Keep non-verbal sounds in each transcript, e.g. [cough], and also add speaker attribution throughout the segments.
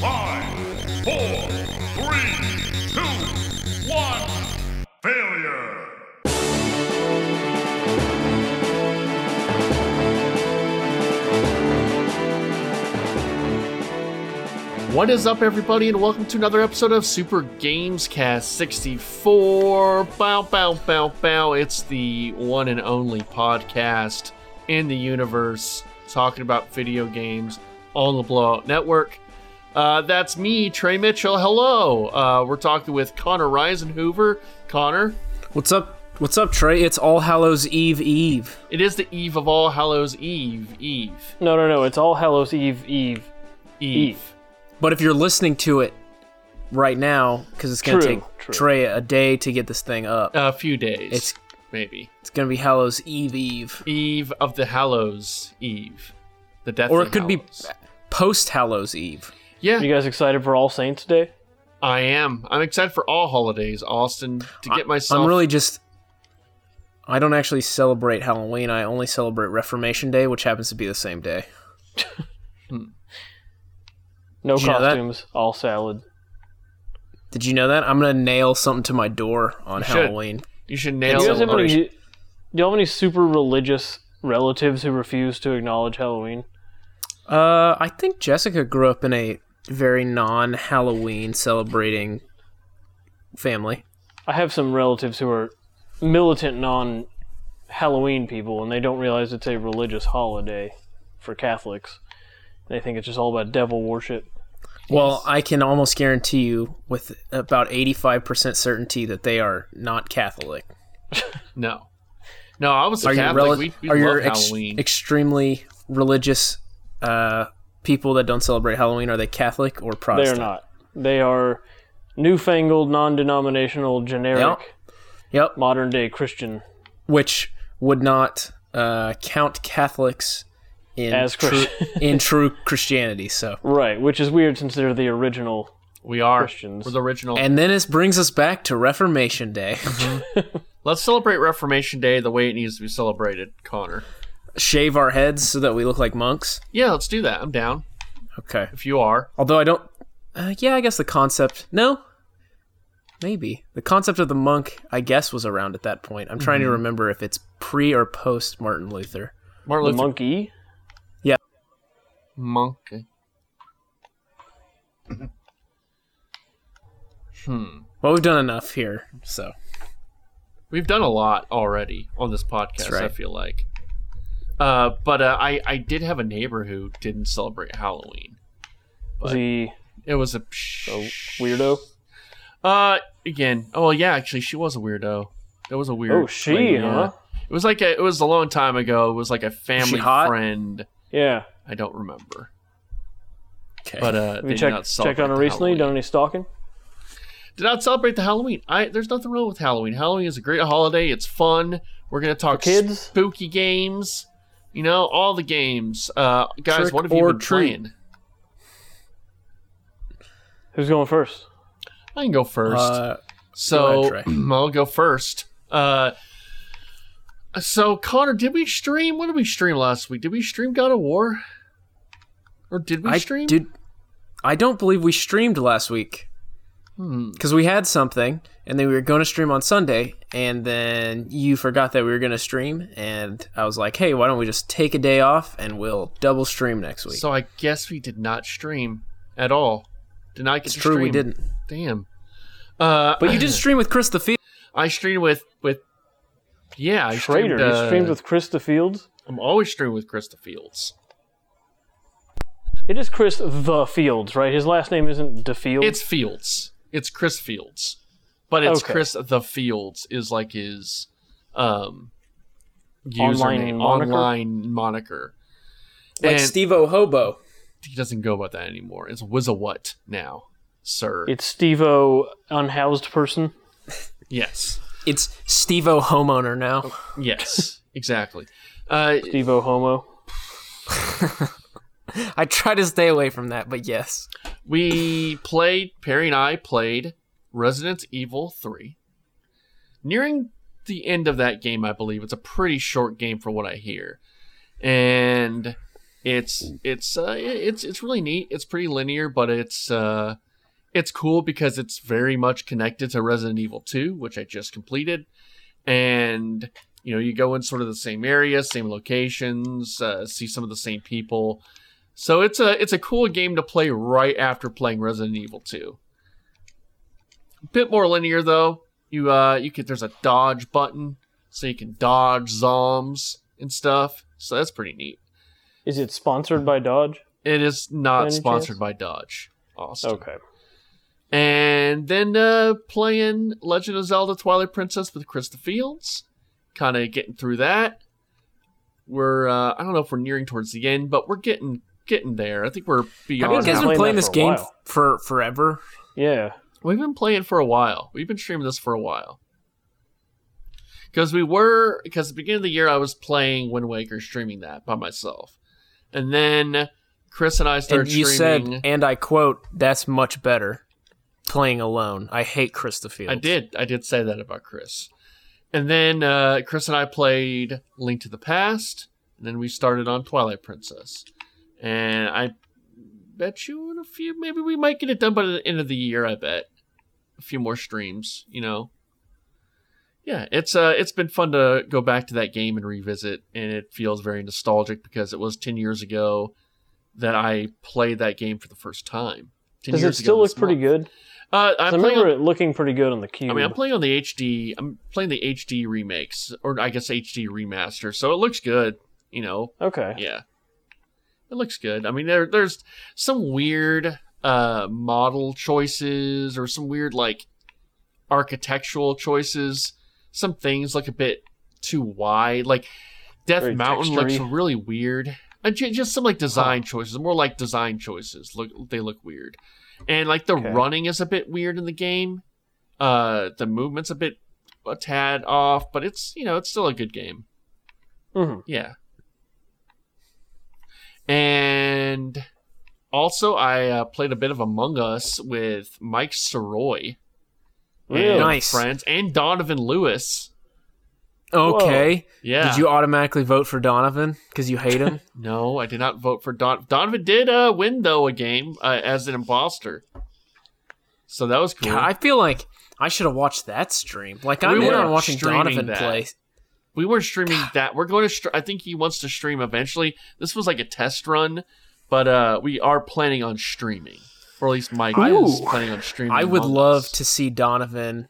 Speaker 1: Five, four, three, two, one. Failure.
Speaker 2: What is up, everybody, and welcome to another episode of Super Games Cast 64. Bow, bow, bow, bow. It's the one and only podcast in the universe talking about video games on the Blowout Network. Uh, that's me, Trey Mitchell. Hello. Uh, we're talking with Connor Reisenhoover. Connor,
Speaker 3: What's up? What's up, Trey? It's All Hallows Eve Eve.
Speaker 2: it is the eve of All Hallows Eve. Eve.
Speaker 4: No, no, no. It's All Hallows Eve, Eve.
Speaker 2: Eve.
Speaker 3: But if you're listening to it right now, because it's gonna
Speaker 4: True,
Speaker 3: take
Speaker 4: true.
Speaker 3: Trey a day to get this thing up,
Speaker 2: A few days.
Speaker 3: It's-
Speaker 2: maybe.
Speaker 3: it's gonna be Hallows Eve Eve.
Speaker 2: Eve of the Hallows Eve. The death
Speaker 3: Or
Speaker 2: of
Speaker 3: it could be-
Speaker 2: Hallows.
Speaker 3: Post Hallows Eve.
Speaker 2: Yeah.
Speaker 4: You guys excited for All Saints Day?
Speaker 2: I am. I'm excited for all holidays, Austin, to get myself.
Speaker 3: I'm really just. I don't actually celebrate Halloween. I only celebrate Reformation Day, which happens to be the same day.
Speaker 4: No
Speaker 3: Did you know that?
Speaker 4: costumes, all salad.
Speaker 3: Did you know that? I'm gonna nail something to my door on
Speaker 2: should.
Speaker 3: Halloween.
Speaker 2: You should
Speaker 4: Do
Speaker 2: nail
Speaker 4: you guys have any?
Speaker 2: celebration.
Speaker 4: Do you have any super religious relatives who refuse to acknowledge Halloween?
Speaker 3: Uh, I think Jessica grew up in a very non-Halloween celebrating family.
Speaker 4: I have some relatives who are militant non Halloween people, and they don't realize it's a religious holiday for Catholics. They think it's just all about devil worship.
Speaker 3: Well, I can almost guarantee you with about 85% certainty that they are not Catholic.
Speaker 2: No, no. I was a
Speaker 3: Are your,
Speaker 2: Catholic.
Speaker 3: rel-
Speaker 2: we we
Speaker 3: are
Speaker 2: love
Speaker 3: your ex-
Speaker 2: Halloween.
Speaker 3: extremely religious uh, people that don't celebrate Halloween, are they Catholic or
Speaker 4: They are
Speaker 3: Protestant?
Speaker 4: not. They are newfangled, non denominational, generic,
Speaker 3: Yep,
Speaker 4: modern day Christian.
Speaker 3: which would not uh, count Catholics in,
Speaker 4: As
Speaker 3: true,
Speaker 4: Christian.
Speaker 3: [laughs] in true Christianity. So,
Speaker 4: Right, which is weird since they're the original.
Speaker 2: we are
Speaker 4: Christians.
Speaker 2: We're the original.
Speaker 3: And then this brings us back to
Speaker 4: [laughs]
Speaker 3: Reformation Day.
Speaker 2: Let's celebrate Reformation Day the way it needs to be celebrated, Connor.
Speaker 3: Shave our heads so that we look like monks.
Speaker 2: Yeah, let's do that. I'm down.
Speaker 3: Okay.
Speaker 2: If you are,
Speaker 3: Although I don't. Uh, yeah, I guess the concept. No. Maybe. The concept of the monk, I guess, was around at that point. I'm trying
Speaker 2: Mm-hmm.
Speaker 3: to remember if it's pre or post Martin Luther.
Speaker 2: Martin
Speaker 4: The
Speaker 2: Luther
Speaker 4: monkey?
Speaker 2: monk. hmm.
Speaker 3: Well, we've done enough here, so.
Speaker 2: We've done a lot already on this podcast. I
Speaker 3: right.
Speaker 2: feel like. Uh, but uh, I I did have a neighbor who didn't celebrate Halloween. But-
Speaker 4: The,
Speaker 2: It was a
Speaker 4: the
Speaker 3: Oh.
Speaker 4: weirdo? Oh,
Speaker 2: Uh, again. Oh, well, yeah. Actually, she was a weirdo. That was a weird.
Speaker 4: Oh, she,
Speaker 2: lady, yeah.
Speaker 4: huh?
Speaker 2: It was like a, it was a long time ago. It was like a family
Speaker 3: hot?
Speaker 2: friend.
Speaker 4: Yeah.
Speaker 2: I don't remember.
Speaker 3: Okay.
Speaker 2: But
Speaker 4: Have
Speaker 2: uh, they
Speaker 4: you
Speaker 2: did
Speaker 4: checked,
Speaker 2: not
Speaker 4: checked
Speaker 2: celebrate
Speaker 4: on her
Speaker 2: the
Speaker 4: recently?
Speaker 2: Halloween.
Speaker 4: Done any stalking?
Speaker 2: Did not celebrate the Halloween. I there's nothing wrong with Halloween. Halloween is a great holiday. It's fun. We're gonna talk
Speaker 4: kids?
Speaker 2: spooky games. You know all the games. Uh, guys,
Speaker 3: Trick
Speaker 2: what have you
Speaker 3: or
Speaker 2: been
Speaker 3: treat.
Speaker 2: playing?
Speaker 4: Who's going first?
Speaker 2: I can go first.
Speaker 3: Uh,
Speaker 2: So [clears throat]
Speaker 3: Go ahead,
Speaker 2: I'll go first. Uh, so Connor, did we stream? What did we stream last week? Did we stream God of War? Or did we
Speaker 3: I,
Speaker 2: stream?
Speaker 3: dude, I don't believe we streamed last week.
Speaker 2: Hmm.
Speaker 3: Because we had something, and then we were going to stream on Sunday, and then you forgot that we were going to stream, and I was like, hey, why don't we just take a day off and we'll double stream next week?
Speaker 2: So I guess we did not stream at all. Did not get
Speaker 3: it's
Speaker 2: to
Speaker 3: true, we
Speaker 2: stream.
Speaker 3: didn't.
Speaker 2: Damn. Uh,
Speaker 3: But you did stream with Chris the Field.
Speaker 2: I streamed with with. Yeah, I
Speaker 4: Schrader.
Speaker 2: Streamed,
Speaker 4: he
Speaker 2: uh,
Speaker 4: streamed with Chris the Fields.
Speaker 2: I'm always streaming with Krista Fields.
Speaker 4: It is Chris the Fields, right? His last name isn't DeFields.
Speaker 2: It's Fields. It's Chris Fields. But it's
Speaker 4: Okay.
Speaker 2: Chris the Fields is like his um
Speaker 4: Online
Speaker 2: username,
Speaker 4: moniker?
Speaker 2: online moniker.
Speaker 3: Like
Speaker 2: and
Speaker 3: Steve O Hobo.
Speaker 2: he doesn't go about that anymore. It's what now, sir.
Speaker 4: it's Steve O, unhoused person.
Speaker 2: yes.
Speaker 3: It's Steve O Homeowner now.
Speaker 2: Yes. exactly. Uh
Speaker 4: Steve O homo.
Speaker 3: I try to stay away from that, but yes.
Speaker 2: We played, Perry and I played Resident Evil 3. Nearing the end of that game, I believe. It's a pretty short game from what I hear. And it's it's uh, it's it's really neat. It's pretty linear, but it's uh it's cool because it's very much connected to Resident Evil 2, which I just completed. And you know, you go in sort of the same area, same locations, uh, see some of the same people. So it's a it's a cool game to play right after playing Resident Evil 2. A bit more linear though. You uh you could there's a dodge button so you can dodge zombs and stuff. So that's pretty neat.
Speaker 4: Is it sponsored by Dodge?
Speaker 2: It is
Speaker 4: By
Speaker 2: not
Speaker 4: any
Speaker 2: sponsored
Speaker 4: chance?
Speaker 2: by Dodge. Austin.
Speaker 4: Okay.
Speaker 2: And then uh, playing Legend of Zelda Twilight Princess with Krista Fields. Kind of getting through that. We're uh, I don't know if we're nearing towards the end, but we're getting getting there. I think we're
Speaker 3: Have
Speaker 2: beyond.
Speaker 3: you guys
Speaker 4: I've been
Speaker 3: been
Speaker 4: playing
Speaker 3: playing
Speaker 4: that
Speaker 3: this
Speaker 4: for a
Speaker 3: game
Speaker 4: while.
Speaker 3: for forever?
Speaker 4: Yeah.
Speaker 2: We've been playing for a while. We've been streaming this for a while. Because we were, because at the beginning of the year, I was playing Wind Waker, streaming that by myself. And then Chris and I started
Speaker 3: And you
Speaker 2: streaming.
Speaker 3: said, and I quote, "That's much better." Playing alone, I hate Krista Fields.
Speaker 2: I did. I did say that about Chris. And then uh, Chris and I played Link to the Past, and then we started on Twilight Princess. And I bet you in a few, maybe we might get it done by the end of the year. I bet a few more streams. You know. Yeah, it's uh, it's been fun to go back to that game and revisit, and it feels very nostalgic because it was ten years ago that I played that game for the first time. 10
Speaker 4: Does it
Speaker 2: years ago
Speaker 4: still
Speaker 2: this
Speaker 4: look pretty good?
Speaker 2: month.
Speaker 4: 'Cause
Speaker 2: Uh, I'm
Speaker 4: I
Speaker 2: playing
Speaker 4: remember
Speaker 2: on-
Speaker 4: it looking pretty good on the cube.
Speaker 2: I mean, I'm playing on the HD. I'm playing the HD remakes, or I guess HD remaster. So it looks good. You know,
Speaker 4: okay.
Speaker 2: yeah, it looks good. I mean, there there's some weird uh model choices or some weird like architectural choices. Some things look a bit too wide. Like Death
Speaker 4: Very
Speaker 2: Mountain
Speaker 4: textury.
Speaker 2: looks really weird. And ju- just some like design choices, more like design choices. Look, they look weird, and like the
Speaker 4: Okay.
Speaker 2: running is a bit weird in the game. Uh, the movement's a bit a tad off, but it's you know it's still a good game.
Speaker 4: Mhm.
Speaker 2: Yeah. And also, I uh, played a bit of Among Us with Mike Soroy
Speaker 4: Really?
Speaker 2: and
Speaker 3: Nice.
Speaker 2: friends, and Donovan Lewis.
Speaker 3: Okay.
Speaker 2: Yeah.
Speaker 3: Did you automatically vote for Donovan because you
Speaker 2: [laughs]
Speaker 3: hate him?
Speaker 2: No, I did not vote for Don. Donovan did uh, win though a game uh, as an imposter, so that was cool.
Speaker 3: God, I feel like I should have watched that stream. Like I'm
Speaker 2: We
Speaker 3: in
Speaker 2: were
Speaker 3: on watching
Speaker 2: streaming
Speaker 3: Donovan
Speaker 2: that.
Speaker 3: play.
Speaker 2: we weren't streaming that. We're going to. Str- I think he wants to stream eventually. This was like a test run, but uh, we are planning on streaming, or at least Mike is
Speaker 3: Ooh.
Speaker 2: planning on streaming.
Speaker 3: I would
Speaker 2: Among
Speaker 3: love
Speaker 2: Us.
Speaker 3: to see Donovan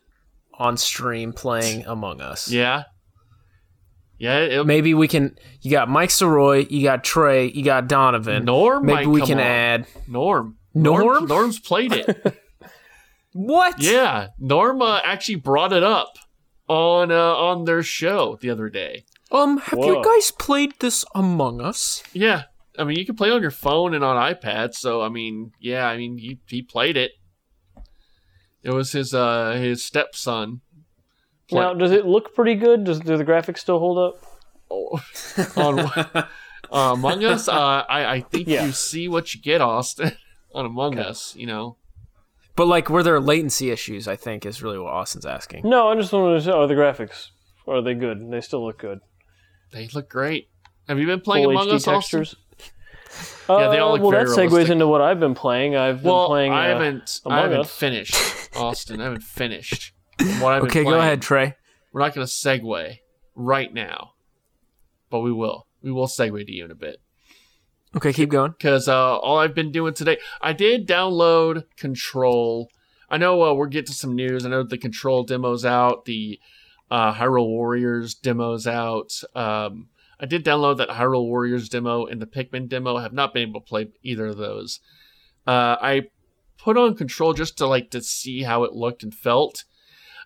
Speaker 3: on stream playing Among Us.
Speaker 2: Yeah, yeah. It'll-
Speaker 3: Maybe we can. You got Mike Soroy, you got Trey, you got Donovan.
Speaker 2: Norm. might
Speaker 3: Maybe we
Speaker 2: come
Speaker 3: can
Speaker 2: on.
Speaker 3: add
Speaker 2: Norm.
Speaker 3: Norm?
Speaker 2: Norm's played it.
Speaker 3: [laughs] what?
Speaker 2: Yeah, Norma actually brought it up on uh, on their show the other day.
Speaker 3: Um, have
Speaker 4: Whoa.
Speaker 3: you guys played this Among Us?
Speaker 2: Yeah, I mean you can play on your phone and on iPad. So I mean, yeah, I mean he, he played it. It was his uh his stepson play-
Speaker 4: Now, does it look pretty good? Does do the graphics still hold up?
Speaker 2: on uh, Oh.
Speaker 3: [laughs]
Speaker 2: Among Us. Uh, I I think
Speaker 4: Yeah.
Speaker 2: you see what you get, Austin, [laughs] on Among Us. You know,
Speaker 3: But like, were there latency issues? I think is really what Austin's asking.
Speaker 4: No, I just wanted to say, are the graphics are they good? They still look good.
Speaker 2: they look great. Have you been playing
Speaker 4: Full
Speaker 2: Among
Speaker 4: HD
Speaker 2: Us, Austin?
Speaker 4: textures. Uh,
Speaker 2: [laughs] Yeah, they all look
Speaker 4: well,
Speaker 2: very
Speaker 4: that segues
Speaker 2: realistic.
Speaker 4: into what I've been playing. I've been
Speaker 2: Well,
Speaker 4: playing.
Speaker 2: I
Speaker 4: uh,
Speaker 2: haven't. I
Speaker 4: Among
Speaker 2: haven't
Speaker 4: Us.
Speaker 2: finished, Austin. I
Speaker 4: [laughs]
Speaker 2: haven't finished. What I've been
Speaker 3: Okay, go
Speaker 2: playing.
Speaker 3: ahead, Trey.
Speaker 2: We're not going to segue right now, but we will. We will segue to you in a bit
Speaker 3: Okay, keep going.
Speaker 2: because uh, all I've been doing today, I did download Control. I know uh, we're getting to some news. I know the Control demo's out, the uh, Hyrule Warriors demo's out. Um, I did download that Hyrule Warriors demo and the Pikmin demo. I have not been able to play either of those. Uh, I put on Control just to like to see how it looked and felt.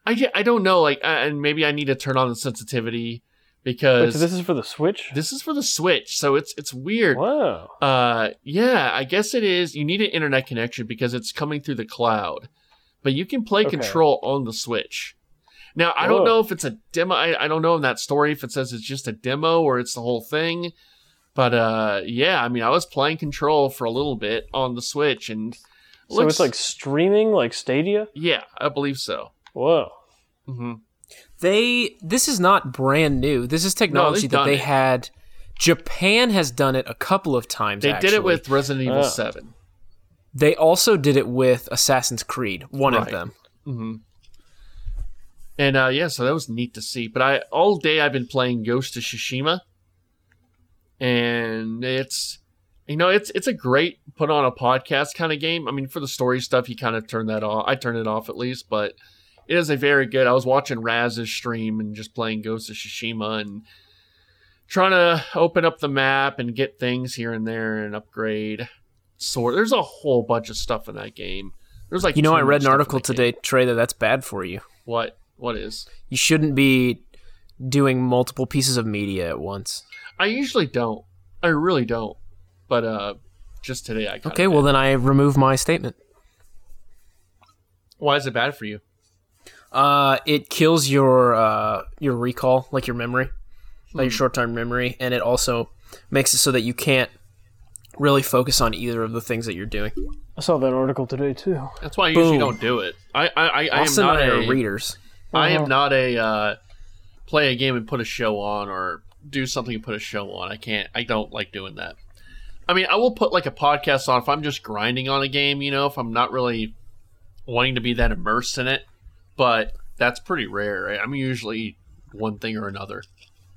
Speaker 2: I, ju- I don't know like uh, and maybe I need to turn on the sensitivity
Speaker 4: wait,
Speaker 2: because
Speaker 4: so this is for the Switch.
Speaker 2: this is for the Switch, so it's it's weird.
Speaker 4: Wow.
Speaker 2: Uh, yeah, I guess it is. You need an internet connection because it's coming through the cloud, but you can play
Speaker 4: Okay. Oh.
Speaker 2: Control on the Switch. Now, I don't
Speaker 4: Whoa.
Speaker 2: know if it's a demo. I, I don't know in that story if it says it's just a demo or it's the whole thing. But uh, yeah, I mean, I was playing Control for a little bit on the Switch, and
Speaker 4: So
Speaker 2: Let's-
Speaker 4: it's like streaming, like Stadia.
Speaker 2: yeah, I believe so.
Speaker 4: Whoa.
Speaker 2: hmm
Speaker 3: They this is not brand new. This is technology that
Speaker 2: done
Speaker 3: they
Speaker 2: it.
Speaker 3: had. Japan has done it a couple of times.
Speaker 2: They did
Speaker 3: actually.
Speaker 2: it with Resident Evil
Speaker 4: Oh.
Speaker 2: Seven.
Speaker 3: They also did it with Assassin's Creed. One of
Speaker 2: Right.
Speaker 3: them.
Speaker 2: Mm-hmm. And uh, yeah, so that was neat to see. But I all day I've been playing Ghost of Tsushima, and it's you know it's it's a great put on a podcast kind of game. I mean, for the story stuff, you kind of turn that off. I turn it off at least, but it is a very good. I was watching Raz's stream and just playing Ghost of Tsushima and trying to open up the map and get things here and there and upgrade. Sort there's a whole bunch of stuff in that game. There's like
Speaker 3: You know,
Speaker 2: too
Speaker 3: I
Speaker 2: much
Speaker 3: read an
Speaker 2: stuff in
Speaker 3: article
Speaker 2: that game.
Speaker 3: today, Trey, that that's bad for you.
Speaker 2: What? What is?
Speaker 3: You shouldn't be doing multiple pieces of media at once.
Speaker 2: I usually don't. I really don't. But uh, just today I. Kinda
Speaker 3: Okay, well
Speaker 2: did.
Speaker 3: then I remove my statement.
Speaker 2: why is it bad for you?
Speaker 3: Uh, it kills your uh, your recall, like your memory, like your
Speaker 2: Hmm.
Speaker 3: short term memory, and it also makes it so that you can't really focus on either of the things that you're doing.
Speaker 4: I saw that article today too.
Speaker 2: That's why I usually
Speaker 3: Boom.
Speaker 2: don't do it. I I, I, I am
Speaker 3: Austin
Speaker 2: not
Speaker 3: and I
Speaker 2: a. uh,
Speaker 3: are readers.
Speaker 2: I
Speaker 3: Uh-huh.
Speaker 2: am not a uh, play a game and put a show on or do something and put a show on. I can't. I don't like doing that. I mean, I will put like a podcast on if I'm just grinding on a game. You know, if I'm not really wanting to be that immersed in it. But that's pretty rare. I- I'm usually one thing or another.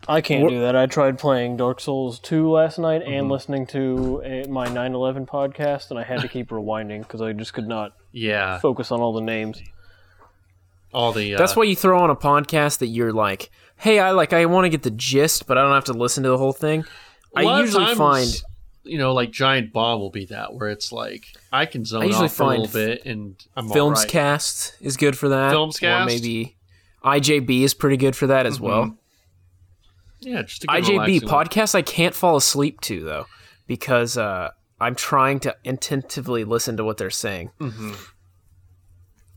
Speaker 4: I can't do that. I tried playing Dark Souls 2 last night and listening to a, my 9/11 podcast, and I had to keep rewinding because I just could not
Speaker 2: Yeah,
Speaker 4: focus on all the names.
Speaker 2: all the uh,
Speaker 3: That's why you throw on a podcast that you're like, hey, I like, I want to get the gist, but I don't have to listen to the whole thing.
Speaker 2: A lot
Speaker 3: I
Speaker 2: of
Speaker 3: usually
Speaker 2: times,
Speaker 3: find
Speaker 2: you know, like Giant Bomb will be that where it's like I can zone
Speaker 3: I usually
Speaker 2: off for a
Speaker 3: find
Speaker 2: little bit and I'm
Speaker 3: Films
Speaker 2: all right.
Speaker 3: Cast is good for that.
Speaker 2: Filmscast?
Speaker 3: Or maybe IJB is pretty good for that as
Speaker 2: Mm-hmm.
Speaker 3: well.
Speaker 2: yeah, just to give it a
Speaker 3: IJB
Speaker 2: relaxing one.
Speaker 3: podcast I can't fall asleep to though because uh, I'm trying to attentively listen to what they're saying.
Speaker 2: Mm.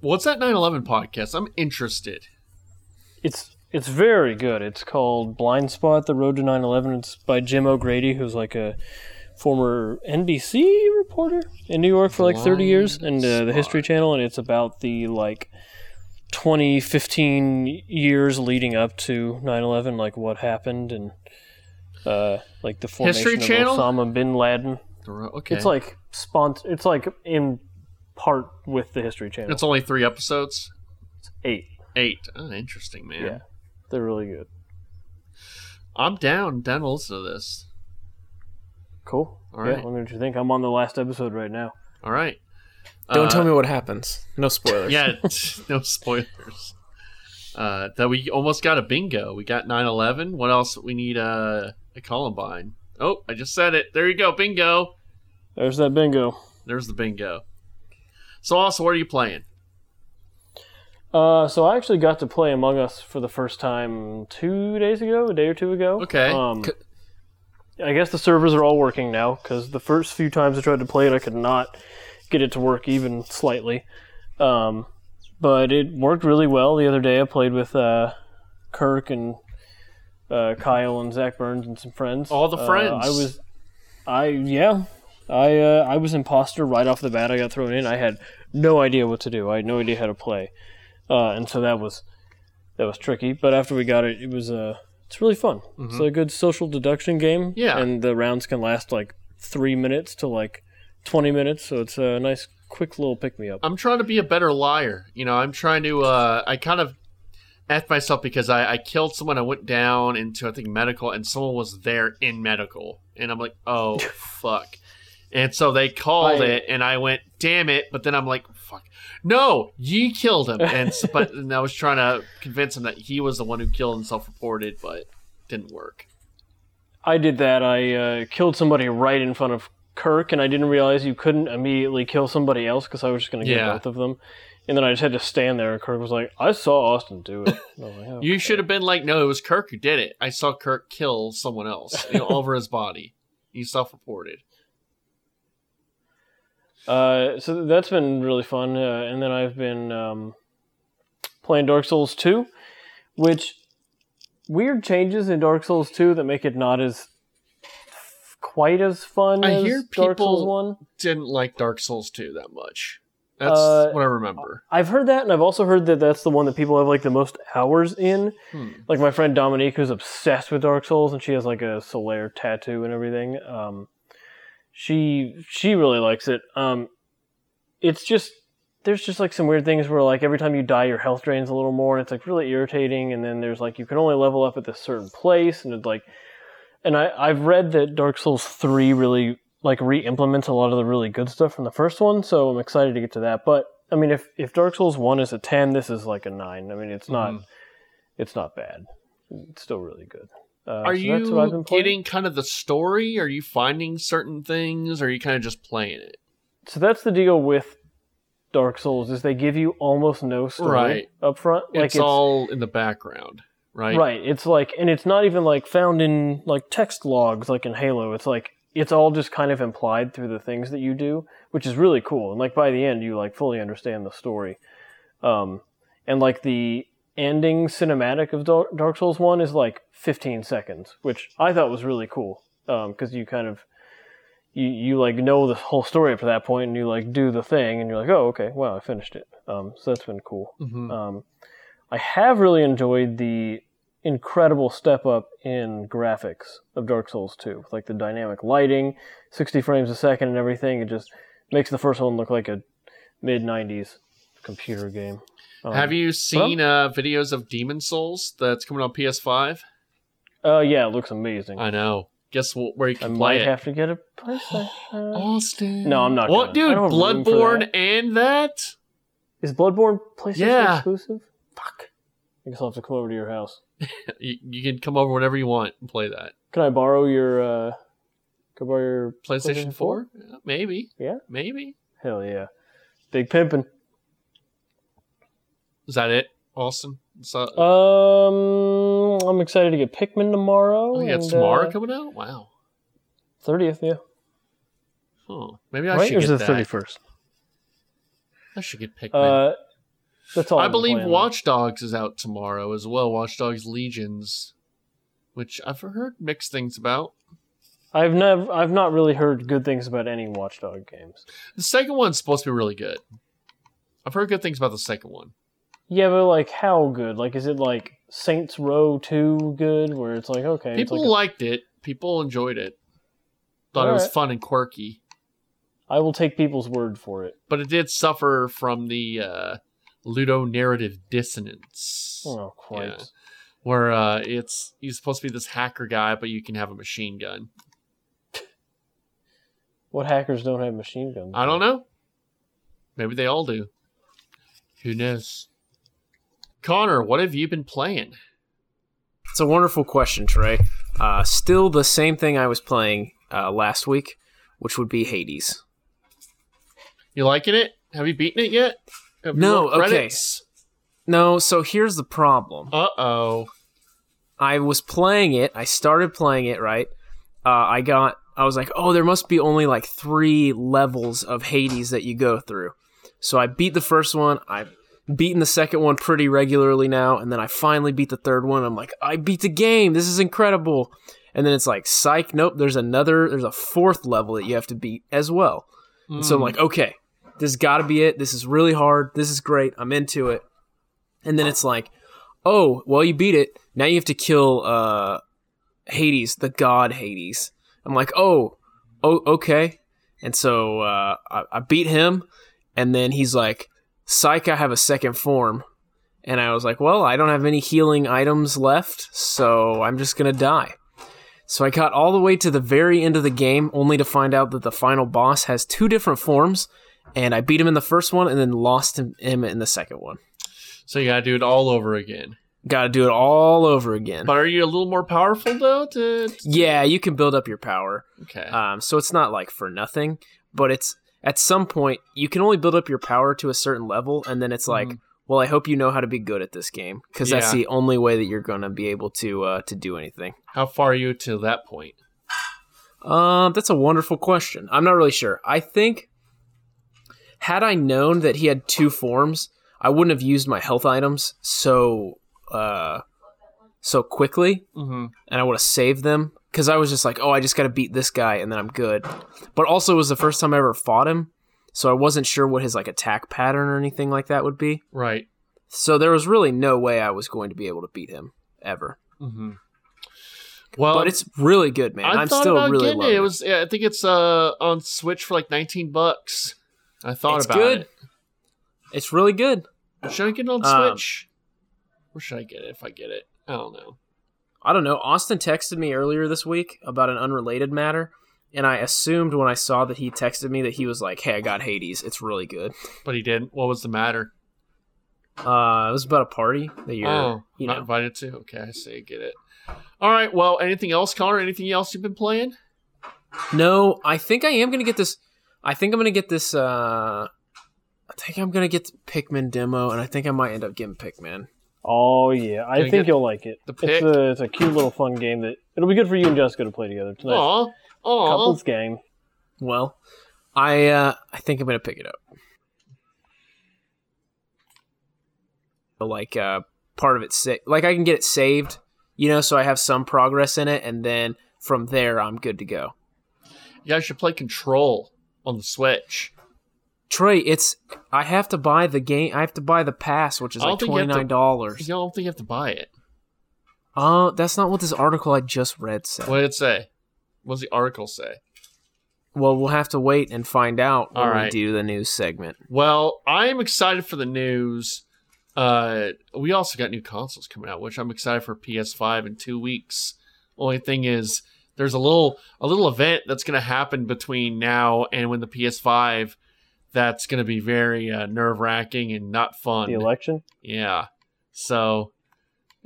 Speaker 2: What's that 9/11 podcast? I'm interested.
Speaker 4: It's it's very good. It's called Blind Spot: The Road to 9/11. It's by Jim O'Grady, who's like a former NBC reporter in New York for like 30 years, and uh, the History Channel, and it's about the like 20, 15 years leading up to 9/11, like what happened and uh, like the formation
Speaker 2: History
Speaker 4: of
Speaker 2: Channel?
Speaker 4: Osama bin Laden.
Speaker 2: The ro- Okay,
Speaker 4: It's like spont- It's like in part with the History Channel.
Speaker 2: it's only three episodes,
Speaker 4: eight.
Speaker 2: eight. Oh, interesting, man.
Speaker 4: Yeah, they're really good.
Speaker 2: I'm down. Down to listen to this.
Speaker 4: Cool.
Speaker 2: All
Speaker 4: yeah,
Speaker 2: right.
Speaker 4: let me know what you think. I'm on the last episode right now.
Speaker 2: All right.
Speaker 3: Don't
Speaker 2: Uh,
Speaker 3: tell me what happens. No
Speaker 2: [laughs]
Speaker 3: spoilers.
Speaker 2: Yeah, no spoilers. Uh, that we almost got a bingo. We got 9/11. What else? We need uh, a Columbine. Oh, I just said it. There you go, bingo.
Speaker 4: There's that bingo.
Speaker 2: There's the bingo. So, also, what are you playing?
Speaker 4: Uh, so I actually got to play Among Us for the first time two days ago, a day or two ago.
Speaker 2: Okay.
Speaker 4: Um,
Speaker 3: C-
Speaker 4: I guess the servers are all working now because the first few times I tried to play it, I could not get it to work even slightly. Um, but it worked really well. The other day I played with uh, Kirk and uh, Kyle and Zach Burns and some friends.
Speaker 2: All the
Speaker 4: Uh,
Speaker 2: friends.
Speaker 4: I was, I yeah, I uh, I was imposter right off the bat. I got thrown in. I had no idea what to do. I had no idea how to play, uh, and so that was that was tricky. But after we got it, it was uh, it's really fun. It's a good social deduction game.
Speaker 2: Yeah.
Speaker 4: and the rounds can last like three minutes to like twenty minutes. So it's a nice quick little pick me up.
Speaker 2: I'm trying to be a better liar. You know, I'm trying to. Uh, I kind of f myself because I, I killed someone. I went down into I think medical, and someone was there in medical, and I'm like,
Speaker 4: [laughs]
Speaker 2: oh fuck. And so they called
Speaker 4: I-
Speaker 2: it, and I went, damn it. But then I'm like, fuck, no, you killed him.
Speaker 4: [laughs]
Speaker 2: And s- but and I was trying to convince him that he was the one who killed and self-reported, but didn't work.
Speaker 4: I did that. I uh, killed somebody right in front of Kirk, and I didn't realize you couldn't immediately kill somebody else because I was just going to
Speaker 2: Yeah.
Speaker 4: get both of them. And then I just had to stand there, and Kirk was like, "I saw Austin do
Speaker 2: [laughs]
Speaker 4: it." And I was like, "Oh."
Speaker 2: You should have been like, no, it was Kirk who did it. I saw Kirk kill someone else
Speaker 4: [laughs]
Speaker 2: you know, over his body. He self-reported.
Speaker 4: Uh, so that's been really fun. Uh, and then I've been um, playing Dark Souls 2, which weird changes in Dark Souls 2 that make it not as quite as fun
Speaker 2: I
Speaker 4: as
Speaker 2: hear
Speaker 4: Dark Souls
Speaker 2: people-
Speaker 4: 1.
Speaker 2: Didn't like Dark Souls 2 that much. That's
Speaker 4: Uh,
Speaker 2: what I remember.
Speaker 4: I've heard that, and I've also heard that that's the one that people have like the most hours in.
Speaker 2: Hmm.
Speaker 4: Like my friend Dominique, who's obsessed with Dark Souls, and she has like a Solaire tattoo and everything. Um, she she really likes it. Um, it's just there's just like some weird things where like every time you die, your health drains a little more, and it's like really irritating. And then there's like you can only level up at this certain place, and it's like, and I I've read that Dark Souls three really like re-implements a lot of the really good stuff from the first one, so I'm excited to get to that. But I mean, if if Dark Souls one is a ten, this is like a nine. I mean, it's not
Speaker 2: Mm-hmm.
Speaker 4: it's not bad. It's still really good. Uh,
Speaker 2: Are
Speaker 4: so that's what I've
Speaker 2: you
Speaker 4: been playing.
Speaker 2: getting kind of the story? Are you finding certain things? Or are you kind of just playing it?
Speaker 4: So that's the deal with Dark Souls is they give you almost no story
Speaker 2: Right.
Speaker 4: up front. Like
Speaker 2: it's, all in the background, right?
Speaker 4: Right. It's like, and it's not even like found in like text logs like in Halo. It's like, it's all just kind of implied through the things that you do, which is really cool. And like by the end, you like fully understand the story. Um, and like the ending cinematic of Dar- Dark Souls 1 is like 15 seconds, which I thought was really cool. Um, cause you kind of, you, you like know the whole story up to that point and you like do the thing and you're like, oh, okay, wow, I finished it. Um, so that's been cool.
Speaker 2: Mhm.
Speaker 4: Um, I have really enjoyed the incredible step up in graphics of Dark Souls 2, like the dynamic lighting, 60 frames a second, and everything. It just makes the first one look like a mid 90s computer game. Um,
Speaker 2: Have you seen uh, videos of Demon Souls that's coming on PS5?
Speaker 4: Uh, yeah, it looks amazing. I,
Speaker 2: I know. Guess wh- where you can play
Speaker 4: might
Speaker 2: it. Oh.
Speaker 4: have to get a PlayStation.
Speaker 2: Austin.
Speaker 4: No, I'm not
Speaker 2: What,
Speaker 4: gonna. I
Speaker 2: dude?
Speaker 4: don't have room for
Speaker 2: Bloodborne
Speaker 4: that.
Speaker 2: and that?
Speaker 4: Is Bloodborne PlayStation
Speaker 2: Yeah.
Speaker 4: exclusive? Fuck. I guess I'll have to come over to your house.
Speaker 2: You, you can come over whenever you want and play that.
Speaker 4: Can I borrow your, uh, can I borrow your
Speaker 2: PlayStation Four? Yeah, maybe.
Speaker 4: Yeah.
Speaker 2: Maybe.
Speaker 4: Hell yeah. Big pimpin'.
Speaker 2: Is that it, Austin? So,
Speaker 4: Um, I'm excited to get Pikmin tomorrow.
Speaker 2: oh, yeah, it's
Speaker 4: and,
Speaker 2: tomorrow
Speaker 4: uh,
Speaker 2: coming out. Wow.
Speaker 4: 30th, yeah.
Speaker 2: Huh. Maybe I
Speaker 4: right?
Speaker 2: should
Speaker 4: Or is
Speaker 2: get
Speaker 4: it
Speaker 2: that.
Speaker 4: 31st?
Speaker 2: I should get Pikmin.
Speaker 4: Uh, that's all.
Speaker 2: I
Speaker 4: I've been
Speaker 2: believe
Speaker 4: playing.
Speaker 2: Watch Dogs is out tomorrow as well. Watch Dogs Legions, which I've heard mixed things about.
Speaker 4: I've never, I've not really heard good things about any Watchdog games.
Speaker 2: The second one's supposed to be really good. I've heard good things about the second one.
Speaker 4: Yeah, but like, how good? Like, is it like Saints Row Two good? Where it's like, okay, it's
Speaker 2: People
Speaker 4: like a-
Speaker 2: liked it. People enjoyed it. Thought it was
Speaker 4: Alright.
Speaker 2: fun and quirky,
Speaker 4: I will take people's word for it.
Speaker 2: but it did suffer from the uh, Ludo narrative dissonance,
Speaker 4: Oh, quite.
Speaker 2: Yeah. where uh, it's he's supposed to be this hacker guy, but you can have a machine gun.
Speaker 4: What hackers don't have machine guns?
Speaker 2: I don't know. Maybe they all do. Who knows? Connor, what have you been playing?
Speaker 3: It's a wonderful question, Trey. Uh, still the same thing I was playing uh, last week, which would be Hades.
Speaker 2: You liking it? Have you beaten it yet? Have you
Speaker 3: No,
Speaker 2: looked
Speaker 3: okay.
Speaker 2: credits?
Speaker 3: No, so here's the problem.
Speaker 2: Uh oh.
Speaker 3: I was playing it. I started playing it, right? Uh, I got. I was like, oh, there must be only like three levels of Hades that you go through. So I beat the first one. I've beaten the second one pretty regularly now, and then I finally beat the third one. I'm like, I beat the game. This is incredible. And then it's like, psych. Nope. There's another. There's a fourth level that you have to beat as well. And so I'm like, okay, this has got to be it. This is really hard. This is great. I'm into it. And then it's like, oh, well, you beat it. Now you have to kill uh, Hades, the god Hades. I'm like, oh, oh, okay. And so uh, I, I beat him, and then he's like, psych, I have a second form. And I was like, well, I don't have any healing items left, so I'm just going to die. So I got all the way to the very end of the game, only to find out that the final boss has two different forms, and I beat him in the first one and then lost him, him in the second one.
Speaker 2: So you gotta do it all over again.
Speaker 3: Got to do it all over again.
Speaker 2: But are you a little more powerful though? To
Speaker 3: yeah, you can build up your power.
Speaker 2: okay.
Speaker 3: Um, so it's not like for nothing, but it's at some point you can only build up your power to a certain level, and then it's like, well, I hope you know how to be good at this game because that's
Speaker 2: Yeah.
Speaker 3: the only way that you're gonna be able to uh, to do anything.
Speaker 2: How far are you to that point?
Speaker 3: Um, that's a wonderful question. I'm not really sure. I think had I known that he had two forms, I wouldn't have used my health items so uh so quickly,
Speaker 2: Mm-hmm.
Speaker 3: and I would have saved them because I was just like, oh, I just got to beat this guy and then I'm good. But also, it was the first time I ever fought him, So I wasn't sure what his like attack pattern or anything like that would be.
Speaker 2: Right.
Speaker 3: So there was really no way I was going to be able to beat him ever.
Speaker 2: Mm-hmm. Well,
Speaker 3: but it's really good, man.
Speaker 2: Um, I
Speaker 3: am
Speaker 2: thought
Speaker 3: still
Speaker 2: about
Speaker 3: really
Speaker 2: getting
Speaker 3: loving
Speaker 2: it. It was. Yeah, I think it's uh on Switch for like 19 bucks. I thought
Speaker 3: It's
Speaker 2: about
Speaker 3: good.
Speaker 2: it.
Speaker 3: It's really good.
Speaker 2: Should I get it on
Speaker 3: Um,
Speaker 2: Switch? Where should I get it if I get it? I don't know.
Speaker 3: I don't know. Austin texted me earlier this week about an unrelated matter, and I assumed when I saw that he texted me that he was like, "Hey, I got Hades. It's really good."
Speaker 2: But he didn't. What was the matter?
Speaker 3: Uh, it was about a party that you're,
Speaker 2: oh,
Speaker 3: you
Speaker 2: not
Speaker 3: know.
Speaker 2: invited to. Okay, I see. Get it. All right. Well, anything else, Connor? Anything else you've been playing?
Speaker 3: No, I think I am gonna get this. I think I'm gonna get this. Uh, I think I'm gonna get the Pikmin demo, and I think I might end up getting Pikmin.
Speaker 4: Oh yeah, I
Speaker 2: Gonna get
Speaker 4: think you'll like it.
Speaker 2: the pick?
Speaker 4: it's a it's a cute little fun game that it'll be good for you and Jessica to play together. It's a nice
Speaker 2: Aw, aw.
Speaker 4: couples game.
Speaker 3: Well, I uh, I think I'm gonna pick it up. But, Like uh, part of it, sa- like I can get it saved, you know, so I have some progress in it, and then from there I'm good to go.
Speaker 2: You guys should play Control on the Switch.
Speaker 3: Trey, it's I have to buy the game. I have to buy the pass, which is
Speaker 2: I don't
Speaker 3: like
Speaker 2: think you
Speaker 3: twenty
Speaker 2: have to-
Speaker 3: nine dollars.
Speaker 2: You don't think you have to buy it.
Speaker 3: Uh, that's not what this article I just read said.
Speaker 2: What did it say? What does the article say?
Speaker 3: Well, we'll have to wait and find out when
Speaker 2: All right.
Speaker 3: we do the news segment.
Speaker 2: Well, I'm excited for the news. Uh, we also got new consoles coming out, which I'm excited for PS5 in two weeks. Only thing is, there's a little a little event that's going to happen between now and when the PS5 that's going to be very uh, nerve wracking and not fun.
Speaker 4: The election.
Speaker 2: Yeah. So,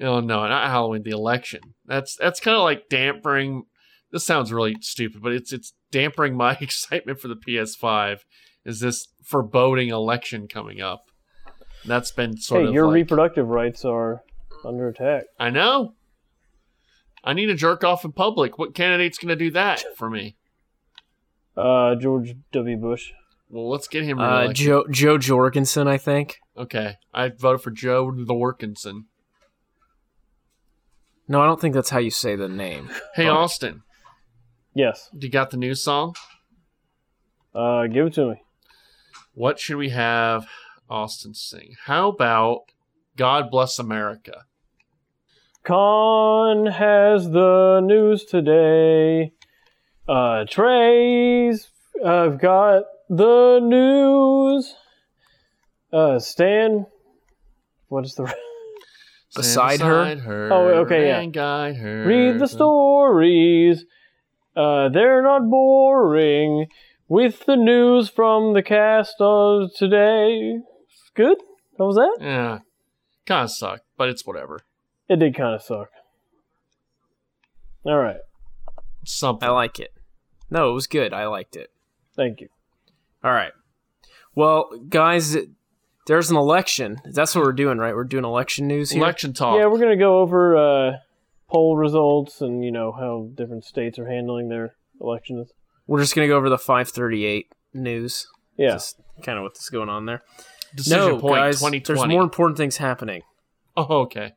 Speaker 2: oh no, not Halloween. The election. That's that's kind of like dampering. This sounds really stupid, but it's it's dampering my [laughs] excitement for the PS5. Is this foreboding election coming up? That's been sort
Speaker 4: Hey,
Speaker 2: of.
Speaker 4: your
Speaker 2: like-
Speaker 4: reproductive rights are under attack.
Speaker 2: I know. I need to jerk off in public. What candidate's going to do that for me?
Speaker 4: Uh, George W. Bush.
Speaker 2: Well, let's get him.
Speaker 3: Uh,
Speaker 2: reelected.
Speaker 3: Joe Joe Jorgensen, I think.
Speaker 2: okay, I voted for Joe the Workinson.
Speaker 3: No, I don't think that's how you say
Speaker 2: [laughs]
Speaker 3: the name.
Speaker 2: Hey,
Speaker 3: Fuck.
Speaker 2: Austin,
Speaker 4: Yes.
Speaker 2: you got the new song?
Speaker 4: Uh, give it to me.
Speaker 2: What should we have Austin sing? How about God Bless America?
Speaker 4: Con has the news today. Uh, Trey's. I've got the news. Uh, Stan. What is the [laughs]
Speaker 3: Beside her?
Speaker 2: Stand her.
Speaker 4: Oh, okay, yeah.
Speaker 2: And guide her.
Speaker 4: read the stories? Uh, they're not boring. With the news from the cast of today. Good. That was that.
Speaker 2: Yeah. Kind of sucked, but it's whatever.
Speaker 4: It did kind of suck. All right.
Speaker 2: It's Something.
Speaker 3: I like it. No, it was good. I liked it.
Speaker 4: Thank you.
Speaker 3: All right. Well, guys, there's an election. That's what we're doing, right? We're doing election news here.
Speaker 2: Election talk.
Speaker 4: Yeah, we're gonna go over uh, poll results and you know how different states are handling their elections.
Speaker 3: we're just gonna go over the 538 news.
Speaker 4: Yeah,
Speaker 3: Just kind of what's going on there.
Speaker 2: Decision
Speaker 3: no,
Speaker 2: point
Speaker 3: guys,
Speaker 2: 2020.
Speaker 3: there's more important things happening.
Speaker 2: Oh, okay.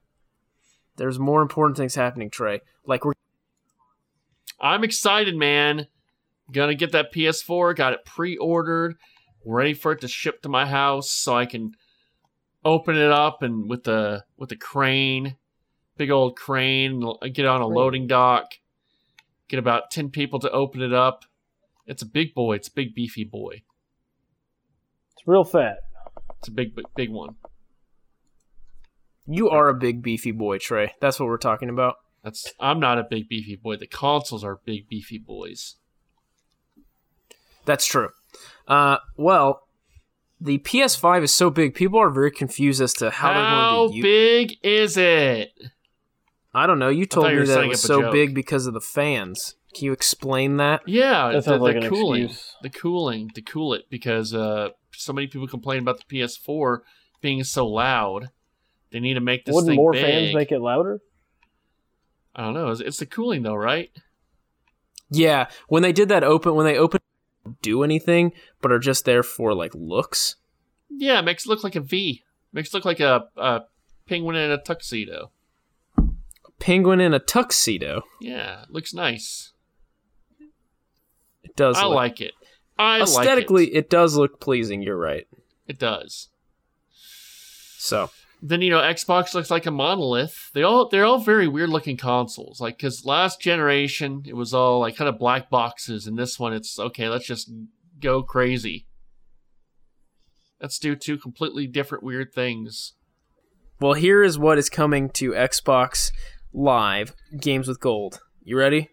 Speaker 3: There's more important things happening, Trey. Like we're
Speaker 2: I'm excited, man. Gonna get that PS4. Got it pre ordered. Ready for it to ship to my house so I can open it up and with the with the crane, big old crane, l- get on a loading dock, get about ten people to open it up. It's a big boy. It's a big beefy boy.
Speaker 4: it's real fat.
Speaker 2: It's a big big, big one.
Speaker 3: you are a big beefy boy, Trey. That's what we're talking about.
Speaker 2: That's I'm not a big beefy boy. The consoles are big beefy boys.
Speaker 3: That's true. Uh, well, the PS5 is so big, people are very confused as to how, they're
Speaker 2: How
Speaker 3: going to use.
Speaker 2: big is it?
Speaker 3: I don't know. You told
Speaker 2: you
Speaker 3: me
Speaker 2: were
Speaker 3: that
Speaker 2: setting
Speaker 3: it was
Speaker 2: up a
Speaker 3: so
Speaker 2: joke.
Speaker 3: big because of the fans. Can you explain that?
Speaker 2: Yeah,
Speaker 4: That
Speaker 2: Uh, the,
Speaker 4: sounds
Speaker 2: the
Speaker 4: like an
Speaker 2: cooling,
Speaker 4: excuse.
Speaker 2: the cooling, to cool it because uh, so many people complain about the PS4 being so loud. They need to make this
Speaker 4: Wouldn't
Speaker 2: thing
Speaker 4: more
Speaker 2: big.
Speaker 4: fans make it louder?
Speaker 2: I don't know. It's, it's the cooling though, right?
Speaker 3: Yeah, when they did that open, when they open, do anything, but are just there for like looks.
Speaker 2: Yeah, it makes it look like a V. Makes it look like a, a penguin in a tuxedo.
Speaker 3: Penguin in a tuxedo.
Speaker 2: Yeah, it looks nice.
Speaker 3: It does.
Speaker 2: I
Speaker 3: look-
Speaker 2: like it. I
Speaker 3: Aesthetically,
Speaker 2: like it.
Speaker 3: it does look pleasing. You're right.
Speaker 2: it does.
Speaker 3: So
Speaker 2: Then you know, Xbox looks like a monolith. They all they're all very weird looking consoles. Like because last generation it was all like kind of black boxes, and this one it's okay. Let's just go crazy. Let's do two completely different weird things.
Speaker 3: Well, here is what is coming to Xbox Live Games with Gold. You ready?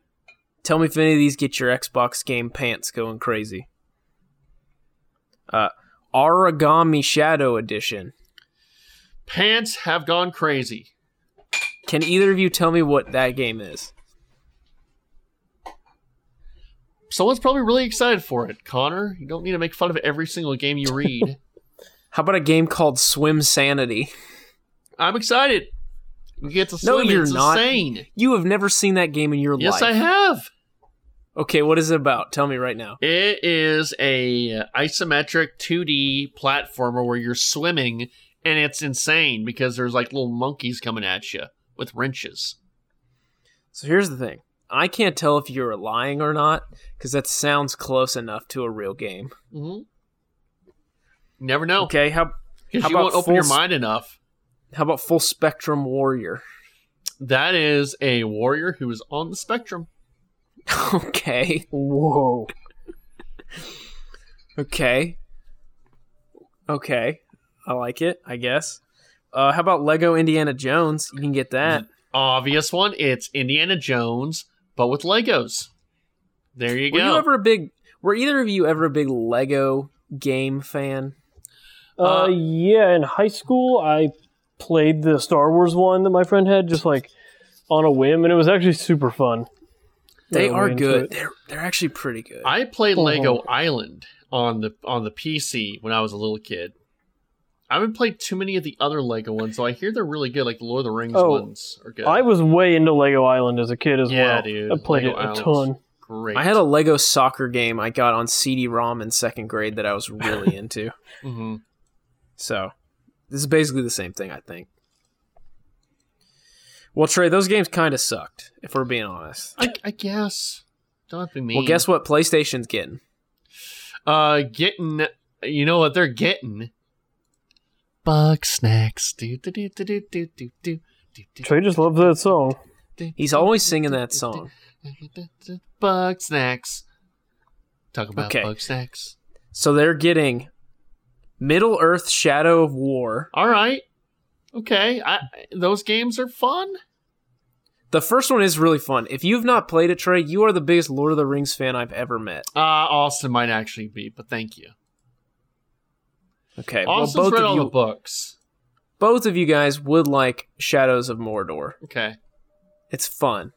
Speaker 3: Tell me if any of these get your Xbox game pants going crazy. Uh, Origami Shadow Edition.
Speaker 2: Pants have gone crazy.
Speaker 3: Can either of you tell me what that game is?
Speaker 2: Someone's probably really excited for it. Connor, you don't need to make fun of every single game you
Speaker 3: [laughs]
Speaker 2: read.
Speaker 3: How about a game called Swim Sanity? [laughs]
Speaker 2: I'm excited. You get to
Speaker 3: No,
Speaker 2: swim.
Speaker 3: you're
Speaker 2: it's
Speaker 3: not.
Speaker 2: insane.
Speaker 3: You have never seen that game in your
Speaker 2: Yes, I
Speaker 3: life.
Speaker 2: have.
Speaker 3: Okay, what is it about? Tell me right now.
Speaker 2: It is a isometric 2D platformer where you're swimming, and it's insane because there's like little monkeys coming at you with wrenches.
Speaker 3: So here's the thing. I can't tell if you're lying or not because that sounds close enough to a real game.
Speaker 2: hmm Never know
Speaker 3: Mm-hmm. Okay, how
Speaker 2: because
Speaker 3: how
Speaker 2: you
Speaker 3: about
Speaker 2: won't open
Speaker 3: full
Speaker 2: your
Speaker 3: s-
Speaker 2: mind enough.
Speaker 3: How about Full Spectrum Warrior? [laughs]
Speaker 2: That is a warrior who is on the spectrum.
Speaker 3: okay.
Speaker 4: Whoa.
Speaker 3: Okay. Okay. I like it, I guess. Uh, how about Lego Indiana Jones? You can get that.
Speaker 2: Obvious one. It's Indiana Jones, but with Legos. There you
Speaker 3: Were
Speaker 2: go.
Speaker 3: you ever a big were either of you ever a big Lego game fan?
Speaker 4: Uh,
Speaker 2: Uh,
Speaker 4: yeah, in high school, I played the Star Wars one that my friend had just like on a whim, and it was actually super fun.
Speaker 3: They
Speaker 4: Yeah, we're
Speaker 3: are
Speaker 4: into
Speaker 3: good.
Speaker 4: it.
Speaker 3: They're they're actually pretty good.
Speaker 2: I played
Speaker 4: Oh.
Speaker 2: Lego Island on the on the PC when I was a little kid. I haven't played too many of the other Lego ones, so I hear they're really good. Like the Lord of the Rings
Speaker 4: Oh,
Speaker 2: ones are good.
Speaker 4: I was way into Lego Island as a kid as
Speaker 2: Yeah,
Speaker 4: well.
Speaker 2: dude,
Speaker 4: I played
Speaker 2: Lego
Speaker 4: it a
Speaker 2: Island's
Speaker 4: ton.
Speaker 2: great.
Speaker 3: I had a Lego soccer game I got on CD-ROM in second grade that I was
Speaker 2: [laughs]
Speaker 3: really into.
Speaker 2: Mhm.
Speaker 3: So this is basically the same thing, I think. Well, Trey, those games kind of sucked, if we're being honest.
Speaker 2: I, I guess. Don't be mean.
Speaker 3: Well, guess what? PlayStation's getting
Speaker 2: Uh, getting. You know what they're getting? Bug snacks. Do do do do do do do do.
Speaker 4: Trey just loves that song.
Speaker 3: He's always singing that song.
Speaker 2: Bug snacks. Talk about
Speaker 3: Okay.
Speaker 2: bug snacks.
Speaker 3: so they're getting Middle Earth: Shadow of War.
Speaker 2: All right. Okay. I, those games are fun.
Speaker 3: The first one is really fun. If you've not played it, Trey, you are the biggest Lord of the Rings fan I've ever met.
Speaker 2: Uh, Austin might actually be, but thank you.
Speaker 3: Okay,
Speaker 2: Austin's
Speaker 3: well, both
Speaker 2: read all
Speaker 3: of
Speaker 2: the
Speaker 3: you,
Speaker 2: books.
Speaker 3: both of you guys would like Shadows of Mordor.
Speaker 2: Okay.
Speaker 3: It's fun.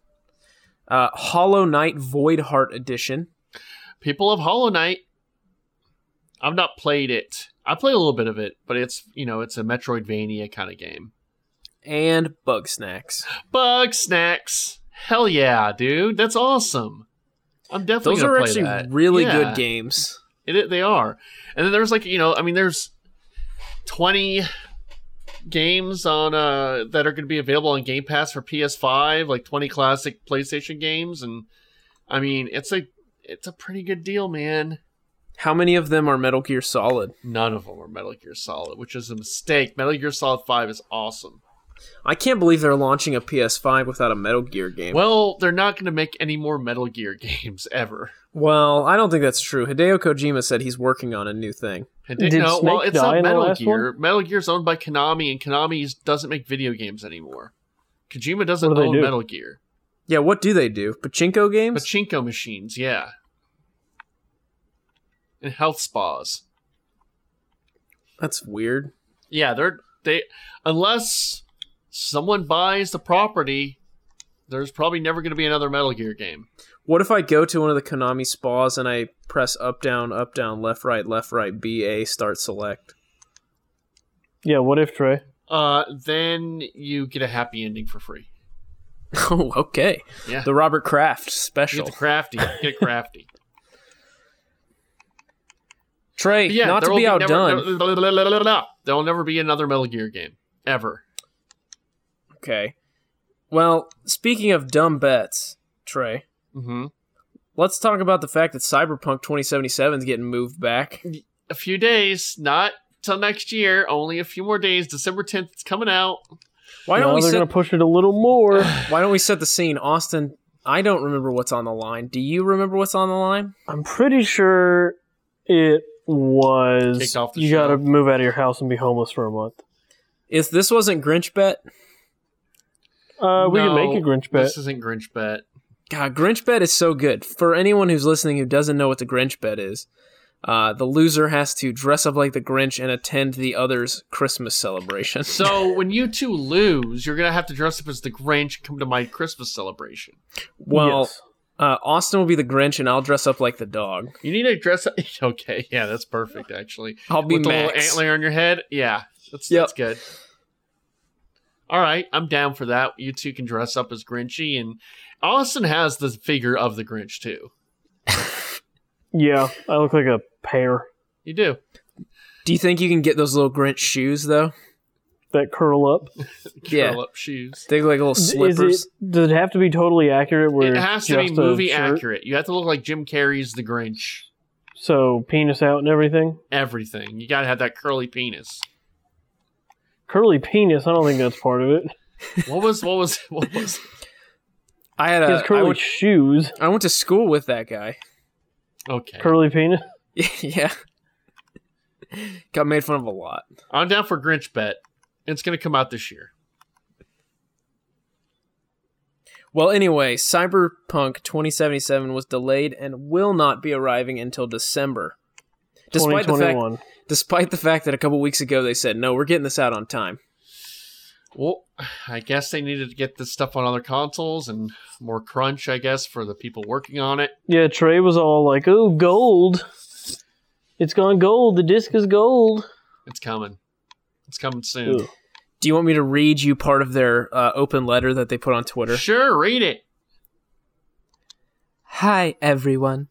Speaker 3: Uh, Hollow Knight Void Heart Edition.
Speaker 2: People of Hollow Knight. I've not played it. I played a little bit of it, but it's you know it's a Metroidvania kind of game.
Speaker 3: and bug snacks.
Speaker 2: Bug snacks. Hell yeah, dude. That's awesome. I'm definitely
Speaker 3: Those
Speaker 2: gonna
Speaker 3: are
Speaker 2: play
Speaker 3: actually
Speaker 2: that.
Speaker 3: really
Speaker 2: Yeah.
Speaker 3: good games.
Speaker 2: It, they are. And then there's like, you know, I mean, there's 20 games on uh that are going to be available on Game Pass for PS5, like 20 classic PlayStation games and I mean, it's a it's a pretty good deal, man.
Speaker 3: How many of them are Metal Gear Solid?
Speaker 2: None of them are Metal Gear Solid, which is a mistake. Metal Gear Solid 5 is awesome.
Speaker 3: I can't believe they're launching a PS5 without a Metal Gear game.
Speaker 2: Well, they're not going to make any more Metal Gear [laughs] games ever.
Speaker 3: Well, I don't think that's true. Hideo Kojima said he's working on a new thing.
Speaker 2: And
Speaker 4: Did
Speaker 2: they- no, well,
Speaker 4: Snake
Speaker 2: it's
Speaker 4: die
Speaker 2: not
Speaker 4: in the
Speaker 2: Metal
Speaker 4: last
Speaker 2: Gear. Metal Gear's owned by Konami, and Konami is- doesn't make video games anymore. Kojima doesn't
Speaker 4: What do they
Speaker 2: own
Speaker 4: do?
Speaker 2: Metal Gear.
Speaker 3: Yeah, what do they do? Pachinko games?
Speaker 2: Pachinko machines, yeah. And health spas.
Speaker 3: that's weird.
Speaker 2: Yeah, they're they unless someone buys the property, there's probably never going to be another Metal Gear game.
Speaker 3: What if I go to one of the Konami spas and I press up, down, up, down, left, right, left, right, B, A, start, select? [laughs]
Speaker 4: Yeah, what if Trey?
Speaker 2: Uh, then you get a happy ending for free.
Speaker 3: oh, okay.
Speaker 2: Yeah.
Speaker 3: The Robert Kraft
Speaker 2: You
Speaker 3: special.
Speaker 2: Get the crafty. Get crafty.
Speaker 3: Trey,
Speaker 2: But yeah,
Speaker 3: not
Speaker 2: there
Speaker 3: to
Speaker 2: will
Speaker 3: be
Speaker 2: never-
Speaker 3: outdone.
Speaker 2: [laughs] there'll never be another Metal Gear game ever.
Speaker 3: Okay. Well, speaking of dumb bets, Trey,
Speaker 2: Mm-hmm.
Speaker 3: Let's talk about the fact that Cyberpunk 2077 is getting moved back.
Speaker 2: A few days, not till next year. Only a few more days. December 10th, it's coming out.
Speaker 3: Why don't
Speaker 4: Now
Speaker 3: we
Speaker 4: they're
Speaker 3: set,
Speaker 4: going to push it a little
Speaker 2: [sighs]
Speaker 4: more.
Speaker 3: Why don't we set the scene, Austin? I don't remember what's on the line. Do you remember what's on the line?
Speaker 4: I'm pretty sure it was
Speaker 2: Kicked off the
Speaker 4: you
Speaker 2: show.
Speaker 4: got to move out of your house and be homeless for a month.
Speaker 3: If this wasn't Grinch Bet,
Speaker 4: Uh, we can
Speaker 2: No,
Speaker 4: make a Grinch bet.
Speaker 2: This isn't Grinch bet.
Speaker 3: God, Grinch Bet is so good. For anyone who's listening who doesn't know what the Grinch Bet is, uh, the loser has to dress up like the Grinch and attend the other's Christmas celebration. [laughs]
Speaker 2: So [laughs] when you two lose, you're gonna have to dress up as the Grinch. Come to my Christmas celebration.
Speaker 3: Well,
Speaker 4: Yes.
Speaker 3: uh, Austin will be the Grinch, and I'll dress up like the dog.
Speaker 2: You need to dress up. [laughs] Okay, yeah, that's perfect actually.
Speaker 3: I'll be
Speaker 2: With the little
Speaker 3: Max.
Speaker 2: antler on your head. Yeah, that's
Speaker 3: Yep.
Speaker 2: that's good. All right, I'm down for that. You two can dress up as Grinchy, and Austin has the figure of the Grinch too.
Speaker 4: yeah, I look like a pear
Speaker 2: You do.
Speaker 3: Do you think you can get those little Grinch shoes though?
Speaker 4: that curl up.
Speaker 3: Yeah.
Speaker 2: Curl up shoes.
Speaker 3: They look like little slippers.
Speaker 4: Is it, does it have to be totally accurate? Where
Speaker 2: It
Speaker 4: it's
Speaker 2: has to be
Speaker 4: just a
Speaker 2: movie
Speaker 4: shirt?
Speaker 2: accurate. You have to look like Jim Carrey's the Grinch.
Speaker 4: So penis out and everything.
Speaker 2: Everything. You gotta have that curly penis.
Speaker 4: Curly penis. I don't think that's part of it.
Speaker 2: What was what was [laughs] what was Uh,
Speaker 3: I had
Speaker 4: He
Speaker 3: a.
Speaker 4: has
Speaker 3: I
Speaker 4: curly
Speaker 3: went,
Speaker 4: shoes.
Speaker 3: I went to school with that guy.
Speaker 2: Okay.
Speaker 4: Curly penis.
Speaker 3: [laughs] yeah. Got made fun of a lot.
Speaker 2: I'm down for Grinch bet. It's gonna come out this year.
Speaker 3: Well, anyway, Cyberpunk 2077 was delayed and will not be arriving until December. Despite the fact,
Speaker 4: 2021.
Speaker 3: despite the fact that a couple weeks ago they said no, we're getting this out on time.
Speaker 2: Well, I guess they needed to get this stuff on other consoles and more crunch, I guess, for the people working on it.
Speaker 4: Yeah, Trey was all like, "Oh, gold! It's gone gold. The disc is gold."
Speaker 2: It's coming. It's coming soon.
Speaker 4: Ugh.
Speaker 3: Do you want me to read you part of their uh, open letter that they put on Twitter?
Speaker 2: Sure, read it.
Speaker 5: Hi, everyone.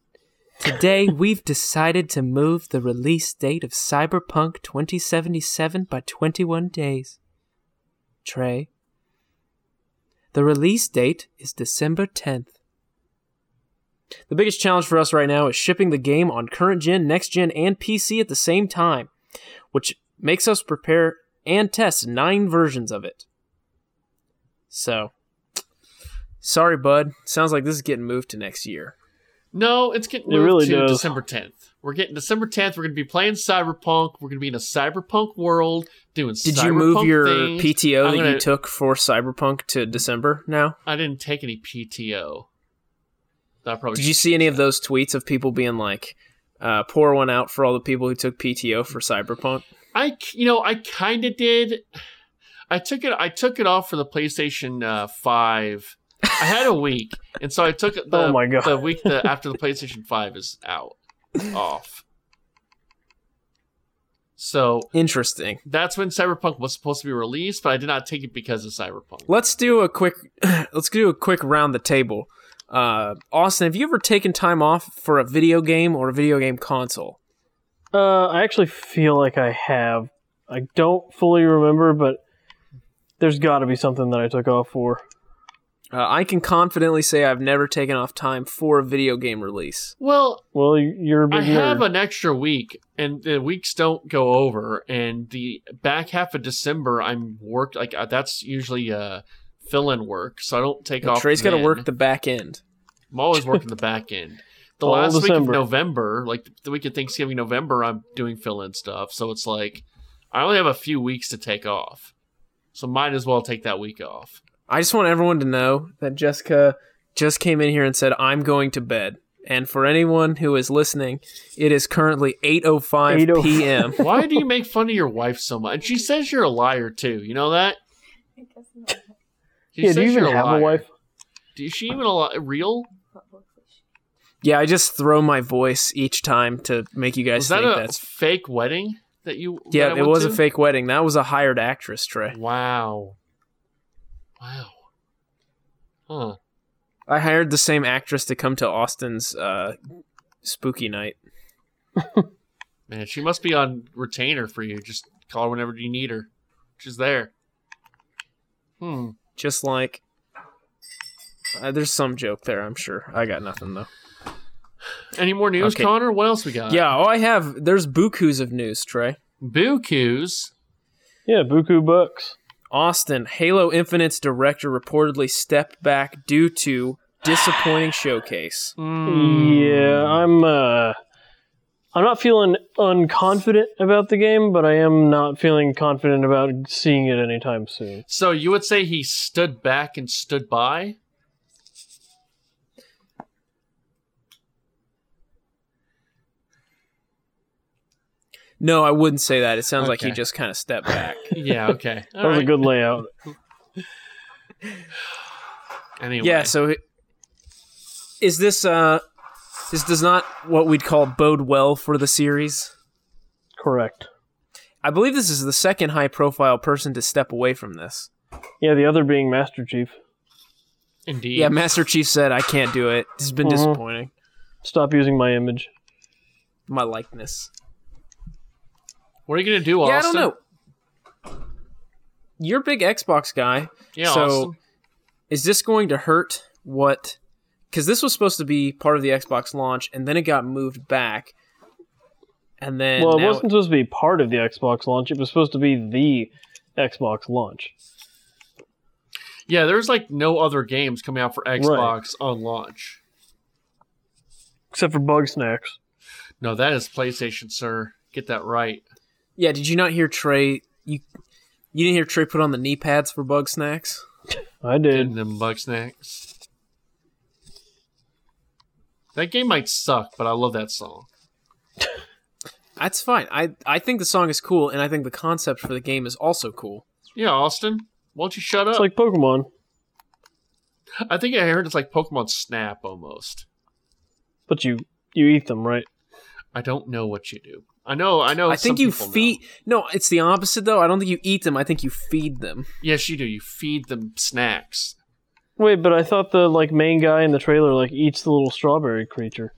Speaker 5: Today, we've decided to move the release date of Cyberpunk 2077 by 21 days. Trey. The release date is December 10th.
Speaker 3: The biggest challenge for us right now is shipping the game on current gen, next gen, and PC at the same time, which makes us prepare and test nine versions of it. So, sorry, bud. Sounds like this is getting moved to next year.
Speaker 2: No, it's getting
Speaker 4: It
Speaker 2: moved
Speaker 4: really
Speaker 2: to
Speaker 4: does.
Speaker 2: December 10th. We're getting December 10th. We're going to be playing Cyberpunk. We're going to be in a Cyberpunk world doing
Speaker 3: Did
Speaker 2: cyberpunk
Speaker 3: you move your
Speaker 2: things.
Speaker 3: PTO
Speaker 2: I'm
Speaker 3: that
Speaker 2: gonna-
Speaker 3: you took for Cyberpunk to December now?
Speaker 2: I didn't take any PTO. I probably
Speaker 3: Did you see any of those tweets of people being like, uh, pour one out for all the people who took PTO for Cyberpunk?
Speaker 2: I k- you know I kind of did. I took it. I took it off for the PlayStation uh, Five. I had a week, and so I
Speaker 4: [laughs]
Speaker 2: took the,
Speaker 4: Oh my God.
Speaker 2: the
Speaker 4: [laughs]
Speaker 2: week the, after the PlayStation Five is out off. So
Speaker 3: Interesting.
Speaker 2: that's when Cyberpunk was supposed to be released, but I did not take it because of Cyberpunk.
Speaker 3: Let's do a quick [clears throat] let's do a quick round the table. Uh, Austin, have you ever taken time off for a video game or a video game console?
Speaker 4: Uh, I actually feel like I have. I don't fully remember, but there's got to be something that I took off for.
Speaker 3: Uh, I can confidently say I've never taken off time for a video game release.
Speaker 2: Well,
Speaker 4: Well, y- you're a big
Speaker 2: I have
Speaker 4: nerd.
Speaker 2: an extra week, and the weeks don't go over. And the back half of December, I'm worked like uh, that's usually uh, fill-in work, so I don't take off.
Speaker 3: Trey's got to
Speaker 2: then.
Speaker 3: work the back end.
Speaker 2: I'm always working the
Speaker 4: [laughs]
Speaker 2: back end. The
Speaker 4: All
Speaker 2: last
Speaker 4: December.
Speaker 2: week of November, like the week of Thanksgiving, November, I'm doing fill in stuff. So it's like I only have a few weeks to take off. So might as well take that week off.
Speaker 3: I just want everyone to know that Jessica just came in here and said I'm going to bed. And for anyone who is listening, it is currently 8:05
Speaker 4: 8:05.
Speaker 3: p.m.
Speaker 2: Why do you make fun of your wife so much? And she says you're a liar too. You know that? She
Speaker 4: yeah, do you
Speaker 2: says
Speaker 4: even
Speaker 2: you're
Speaker 4: have a
Speaker 2: liar.
Speaker 4: wife?
Speaker 2: Is she even a li- real?
Speaker 3: yeah, I just throw my voice each time to make you guys
Speaker 2: Was that
Speaker 3: think
Speaker 2: a
Speaker 3: that's
Speaker 2: fake wedding that you?
Speaker 3: Yeah,
Speaker 2: that I
Speaker 3: it
Speaker 2: went
Speaker 3: was
Speaker 2: to?
Speaker 3: a fake wedding. That was a hired actress, Trey.
Speaker 2: Wow, wow, huh?
Speaker 3: I hired the same actress to come to Austin's uh, spooky night.
Speaker 2: Man, she must be on retainer for you. Just call her whenever you need her. She's there. Hmm.
Speaker 3: Just like. Uh, there's some joke there, I'm sure. I got nothing, though.
Speaker 2: Any more news,
Speaker 3: Okay.
Speaker 2: Connor? What else we got?
Speaker 3: yeah, all I have there's bukus of news, Trey.
Speaker 2: Bukus.
Speaker 4: Yeah, Buku Bucks.
Speaker 3: Austin, Halo Infinite's director reportedly stepped back due to disappointing showcase.
Speaker 4: Hmm. Yeah, I'm. Uh, I'm not feeling unconfident about the game, but I am not feeling confident about seeing it anytime soon.
Speaker 2: So you would say he stood back and stood by?
Speaker 3: No, I wouldn't say that. It sounds like he
Speaker 2: Okay.
Speaker 3: just kind of stepped back.
Speaker 2: Yeah,
Speaker 4: [laughs]
Speaker 2: okay. All
Speaker 4: That was a
Speaker 2: right.
Speaker 4: good layout.
Speaker 2: Anyway.
Speaker 3: yeah, so it- is this uh this does not what we'd call bode well for the series?
Speaker 4: Correct.
Speaker 3: I believe this is the second high profile person to step away from this.
Speaker 4: Yeah, the other being Master Chief.
Speaker 2: Indeed.
Speaker 3: Yeah, Master Chief said I can't do it. This has been
Speaker 2: Uh-huh.
Speaker 4: Mhm.
Speaker 3: disappointing.
Speaker 4: Stop using my image.
Speaker 3: My likeness.
Speaker 2: what are you going to do, Austin?
Speaker 3: Yeah, I don't know. You're a big Xbox guy.
Speaker 2: Yeah,
Speaker 3: so
Speaker 2: Austin.
Speaker 3: is this going to hurt what because this was supposed to be part of the xbox launch and then it got moved back and then
Speaker 4: well, it
Speaker 3: now-
Speaker 4: wasn't supposed to be part of the Xbox launch. It was supposed to be the Xbox launch.
Speaker 2: Yeah, there's like no other games coming out for Xbox on launch.
Speaker 4: Except for Bug Snacks.
Speaker 2: No, that is PlayStation, sir. Get that right.
Speaker 3: yeah did you not hear trey you you didn't hear trey put on the knee pads for bug snacks
Speaker 4: I did.
Speaker 2: And them bug snacks. That game might suck, but I love that song.
Speaker 3: that's fine i i think the song is cool and i think the concept for the game is also cool
Speaker 2: Yeah, Austin, why don't you shut up?
Speaker 4: It's like Pokemon,
Speaker 2: I think I heard it's like Pokemon Snap almost.
Speaker 4: but you you eat them, right?
Speaker 2: I don't know what you do. I know, I know.
Speaker 3: i think
Speaker 2: Oh, some
Speaker 3: you
Speaker 2: people know.
Speaker 3: feed no it's the opposite though i don't think you eat them i think you feed them
Speaker 2: Yes, you do. You feed them snacks.
Speaker 4: Wait, but I thought the like main guy in the trailer like eats the little strawberry creature.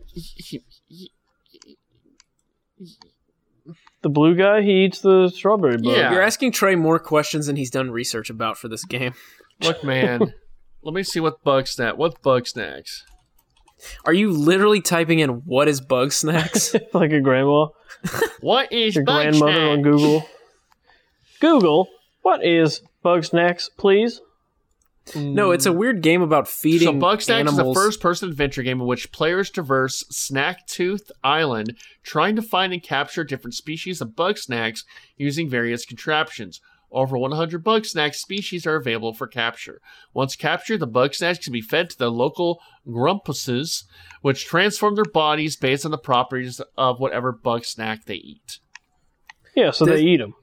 Speaker 4: The blue guy, he eats the strawberry bug.
Speaker 2: Yeah.
Speaker 3: you're asking trey more questions than he's done research about for this game
Speaker 4: [laughs]
Speaker 2: Look, man. let me see what bug snack. What bug snacks?
Speaker 3: Are you literally typing in what is bug snacks?
Speaker 4: [laughs] like a grandma,
Speaker 2: What is
Speaker 4: your
Speaker 2: bug
Speaker 4: grandmother
Speaker 2: snack?
Speaker 4: on Google. Google, what is bug snacks, please?
Speaker 2: Mm.
Speaker 3: no,
Speaker 4: Hmm.
Speaker 3: it's a weird game about feeding
Speaker 2: So Bugstack
Speaker 3: animals.
Speaker 2: is a first-person adventure game in which players traverse Snacktooth Island, trying to find and capture different species of bug snacks using various contraptions. Over 100 bug snack species are available for capture. Once captured, the bug snacks can be fed to the local grumpuses, which transform their bodies based on the properties of whatever bug snack they eat.
Speaker 4: Yeah, so
Speaker 3: This-
Speaker 4: they eat them.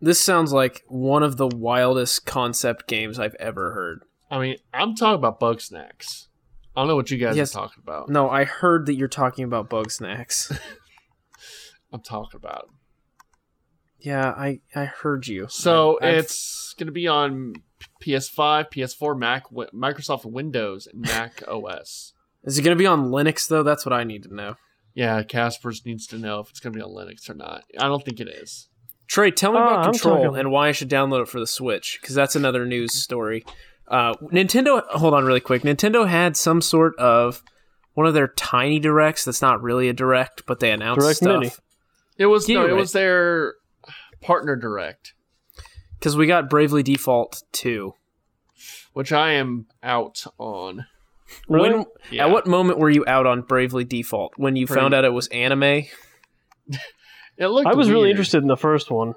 Speaker 3: this sounds like one of the wildest concept games I've ever heard.
Speaker 2: I mean, I'm talking about bug snacks. I don't know what you guys
Speaker 3: Yes.
Speaker 2: are talking about.
Speaker 3: No, I heard that you're talking about
Speaker 4: [laughs]
Speaker 3: bug snacks.
Speaker 2: I'm talking about.
Speaker 3: yeah, I I heard you.
Speaker 2: So
Speaker 3: I- I've-
Speaker 2: it's going to be on PS5, PS4, Mac, Wi- Microsoft Windows, and Mac OS.
Speaker 3: is it going to be on Linux though? That's what I need to know.
Speaker 2: Yeah, Casper's needs to know if it's going to be on Linux or not. I don't think it is.
Speaker 3: Trey, tell me
Speaker 4: Ah,
Speaker 3: about
Speaker 4: I'm
Speaker 3: Control
Speaker 4: talking-
Speaker 3: and why I should download it for the Switch because that's another news story. Uh, Nintendo, hold on really quick. Nintendo had some sort of one of their tiny directs that's not really a direct, but they announced
Speaker 4: Direct
Speaker 3: stuff.
Speaker 4: Mini.
Speaker 2: It was
Speaker 3: Yeah,
Speaker 2: no, it
Speaker 3: right.
Speaker 2: was their partner direct,
Speaker 3: Because we got Bravely Default 2.
Speaker 2: which I am out on.
Speaker 4: Really?
Speaker 3: When,
Speaker 2: Yeah.
Speaker 3: At what moment were you out on Bravely Default? When you
Speaker 2: Pretty-
Speaker 3: found out it was anime?
Speaker 2: It looked.
Speaker 4: I was really
Speaker 2: weird.
Speaker 4: interested in the first one.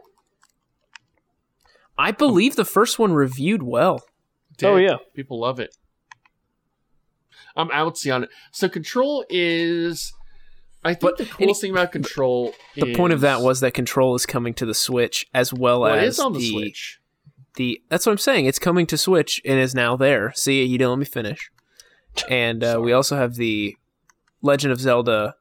Speaker 3: I believe the first one reviewed well.
Speaker 2: Did.
Speaker 4: Oh, yeah.
Speaker 2: people love it. I'm outsy on it. So Control is. I think
Speaker 3: But
Speaker 2: the coolest thing about Control.
Speaker 3: The point of that
Speaker 2: is-
Speaker 3: was that Control is coming to the Switch as well
Speaker 2: well, it
Speaker 3: as
Speaker 2: is on the Switch.
Speaker 3: the that's what I'm saying. It's coming to Switch and is now there. See, you didn't let me finish. And uh, we also have the Legend of Zelda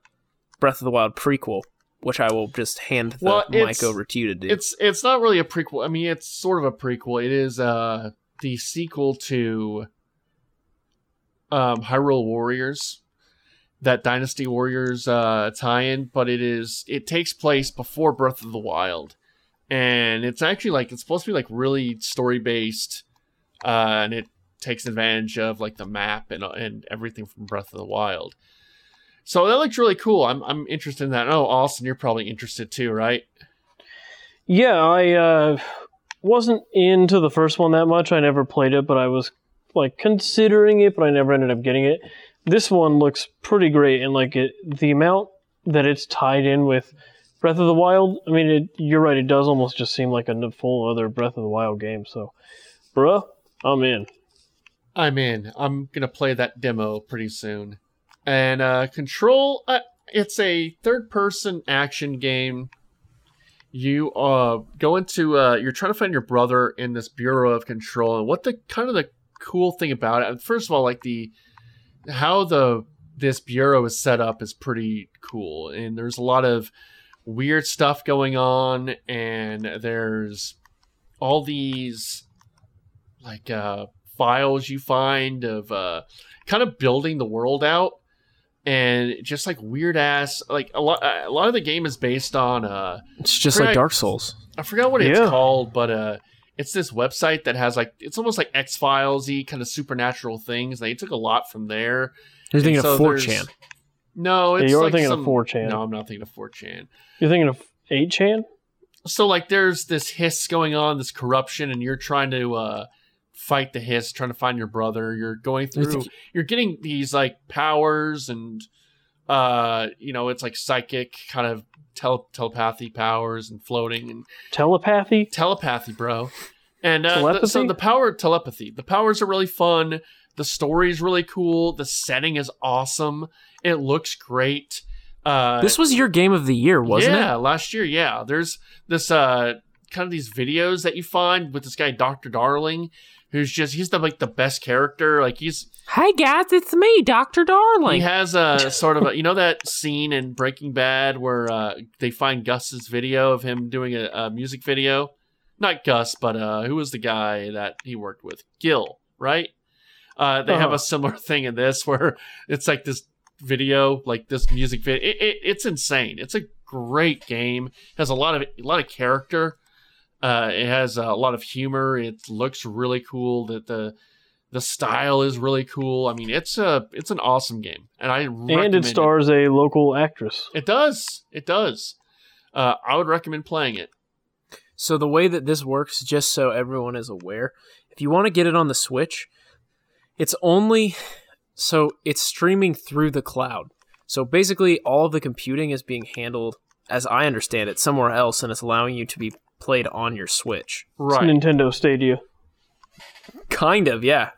Speaker 3: Breath of the Wild prequel, which I will just hand the
Speaker 2: Well, it's-
Speaker 3: mic over to you to do.
Speaker 2: it's it's not really a prequel. I mean, it's sort of a prequel. It is uh the sequel to um Hyrule Warriors, that Dynasty Warriors uh tie-in, but it is it takes place before Breath of the Wild. And it's actually like it's supposed to be like really story-based uh and it takes advantage of like the map and and everything from Breath of the Wild. So that looks really cool. I'm I'm interested in that. Oh, Austin, you're probably interested too, right?
Speaker 4: Yeah, I uh, wasn't into the first one that much. I never played it, but I was like considering it, but I never ended up getting it. This one looks pretty great, and like it, the amount that it's tied in with Breath of the Wild. I mean, it, you're right; it does almost just seem like a n- full other Breath of the Wild game. So, bruh, I'm in.
Speaker 2: I'm in. I'm gonna play that demo pretty soon. And uh, Control, uh, it's a third-person action game. You uh, go into uh, you're trying to find your brother in this Bureau of Control, and what the kind of the cool thing about it. First of all, like the how the this bureau is set up is pretty cool, and there's a lot of weird stuff going on, and there's all these like uh, files you find of uh, kind of building the world out and just like weird ass like a lot a lot of the game is based on uh
Speaker 3: It's just
Speaker 2: Correct.
Speaker 3: like Dark Souls.
Speaker 2: I forgot what it's
Speaker 4: Yeah.
Speaker 2: called, but uh, it's this website that has like it's almost like X Files y kind of supernatural things. They took a lot from there.
Speaker 3: You're thinking
Speaker 2: so
Speaker 3: of 4chan.
Speaker 2: there's- No,
Speaker 4: Yeah,
Speaker 2: it's
Speaker 4: you're
Speaker 2: like
Speaker 4: thinking of
Speaker 2: some-
Speaker 4: 4chan.
Speaker 2: No, I'm not thinking of 4chan.
Speaker 4: You're thinking of eight chan?
Speaker 2: So like, there's this hiss going on, this corruption, and you're trying to uh, fight the hiss, trying to find your brother. You're going
Speaker 3: You're
Speaker 2: through.
Speaker 3: thinking-
Speaker 2: you're getting these like powers, and uh, you know, it's like psychic kind of tele- telepathy powers and floating and
Speaker 4: Telepathy?
Speaker 2: telepathy, bro. And uh,
Speaker 4: Telepathy?
Speaker 2: th- so the power of telepathy. The powers are really fun. The story's really cool. The setting is awesome. It looks great. Uh,
Speaker 3: This was your game of the year, wasn't
Speaker 2: yeah,
Speaker 3: it?
Speaker 2: last year. Yeah, there's this uh, kind of these videos that you find with this guy Doctor Darling, who's just he's the like the best character. Like he's
Speaker 5: Hey guys, it's me, Dr. Darling.
Speaker 2: he has
Speaker 3: [laughs]
Speaker 2: a sort of a, you know that scene in Breaking Bad where uh, they find Gus's video of him doing a, a music video. Not Gus, but uh, who was the guy that he worked with? Gil, right? Uh, they have
Speaker 4: Uh-huh.
Speaker 2: a similar [laughs] thing in this where it's like this video, like this music video. It, it, it's insane. It's a great game. has a lot of a lot of character. Uh, it has a lot of humor. It looks really cool. That the the style is really cool. I mean, it's a it's an awesome game, and I
Speaker 4: And
Speaker 2: recommend
Speaker 4: it stars a local actress.
Speaker 2: It. It does. It does. Uh, I would recommend playing it.
Speaker 3: So the way that this works, just so everyone is aware, if you want to get it on the Switch, it's only so it's streaming through the cloud. So basically, all of the computing is being handled, as I understand it, somewhere else, and it's allowing you to be played on your Switch.
Speaker 4: It's
Speaker 2: Right.
Speaker 4: Nintendo Stadia.
Speaker 3: Kind of, yeah.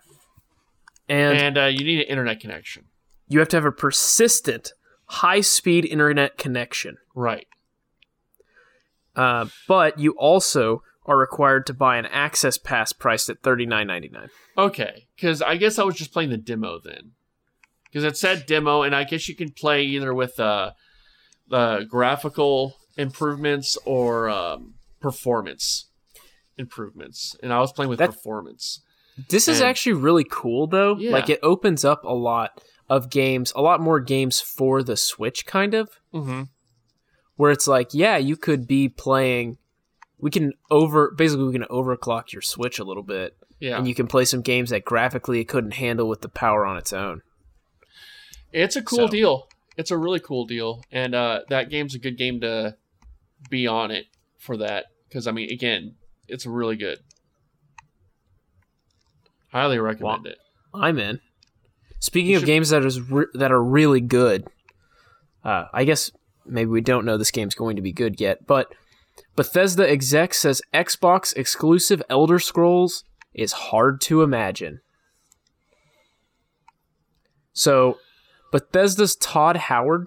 Speaker 3: And
Speaker 2: And uh, you need an internet connection.
Speaker 3: you have to have a persistent, high-speed internet connection.
Speaker 2: Right.
Speaker 3: Uh, but you also are required to buy an access pass priced at thirty nine ninety nine.
Speaker 2: Okay, because I guess I was just playing the demo then, because it said demo, and I guess you can play either with uh, the graphical improvements or um, performance improvements, and I was playing with
Speaker 3: That's-
Speaker 2: performance.
Speaker 3: This is
Speaker 2: And-
Speaker 3: actually really cool though.
Speaker 2: Yeah.
Speaker 3: Like it opens up a lot of games, a lot more games for the Switch kind of,
Speaker 2: Mm-hmm.
Speaker 3: where it's like, yeah, you could be playing we can over basically we can overclock your Switch a little bit
Speaker 2: Yeah,
Speaker 3: and you can play some games that graphically it couldn't handle with the power on its own.
Speaker 2: it's a cool
Speaker 3: so-
Speaker 2: deal. It's a really cool deal, and uh, that game's a good game to be on it for that. Because I mean, again, it's really good. Highly recommend it.
Speaker 3: I'm in. Speaking
Speaker 2: You
Speaker 3: of
Speaker 2: should-
Speaker 3: games that is re- that are really good, uh, I guess maybe we don't know this game's going to be good yet. But Bethesda exec says Xbox exclusive Elder Scrolls is hard to imagine. So, Bethesda's Todd Howard,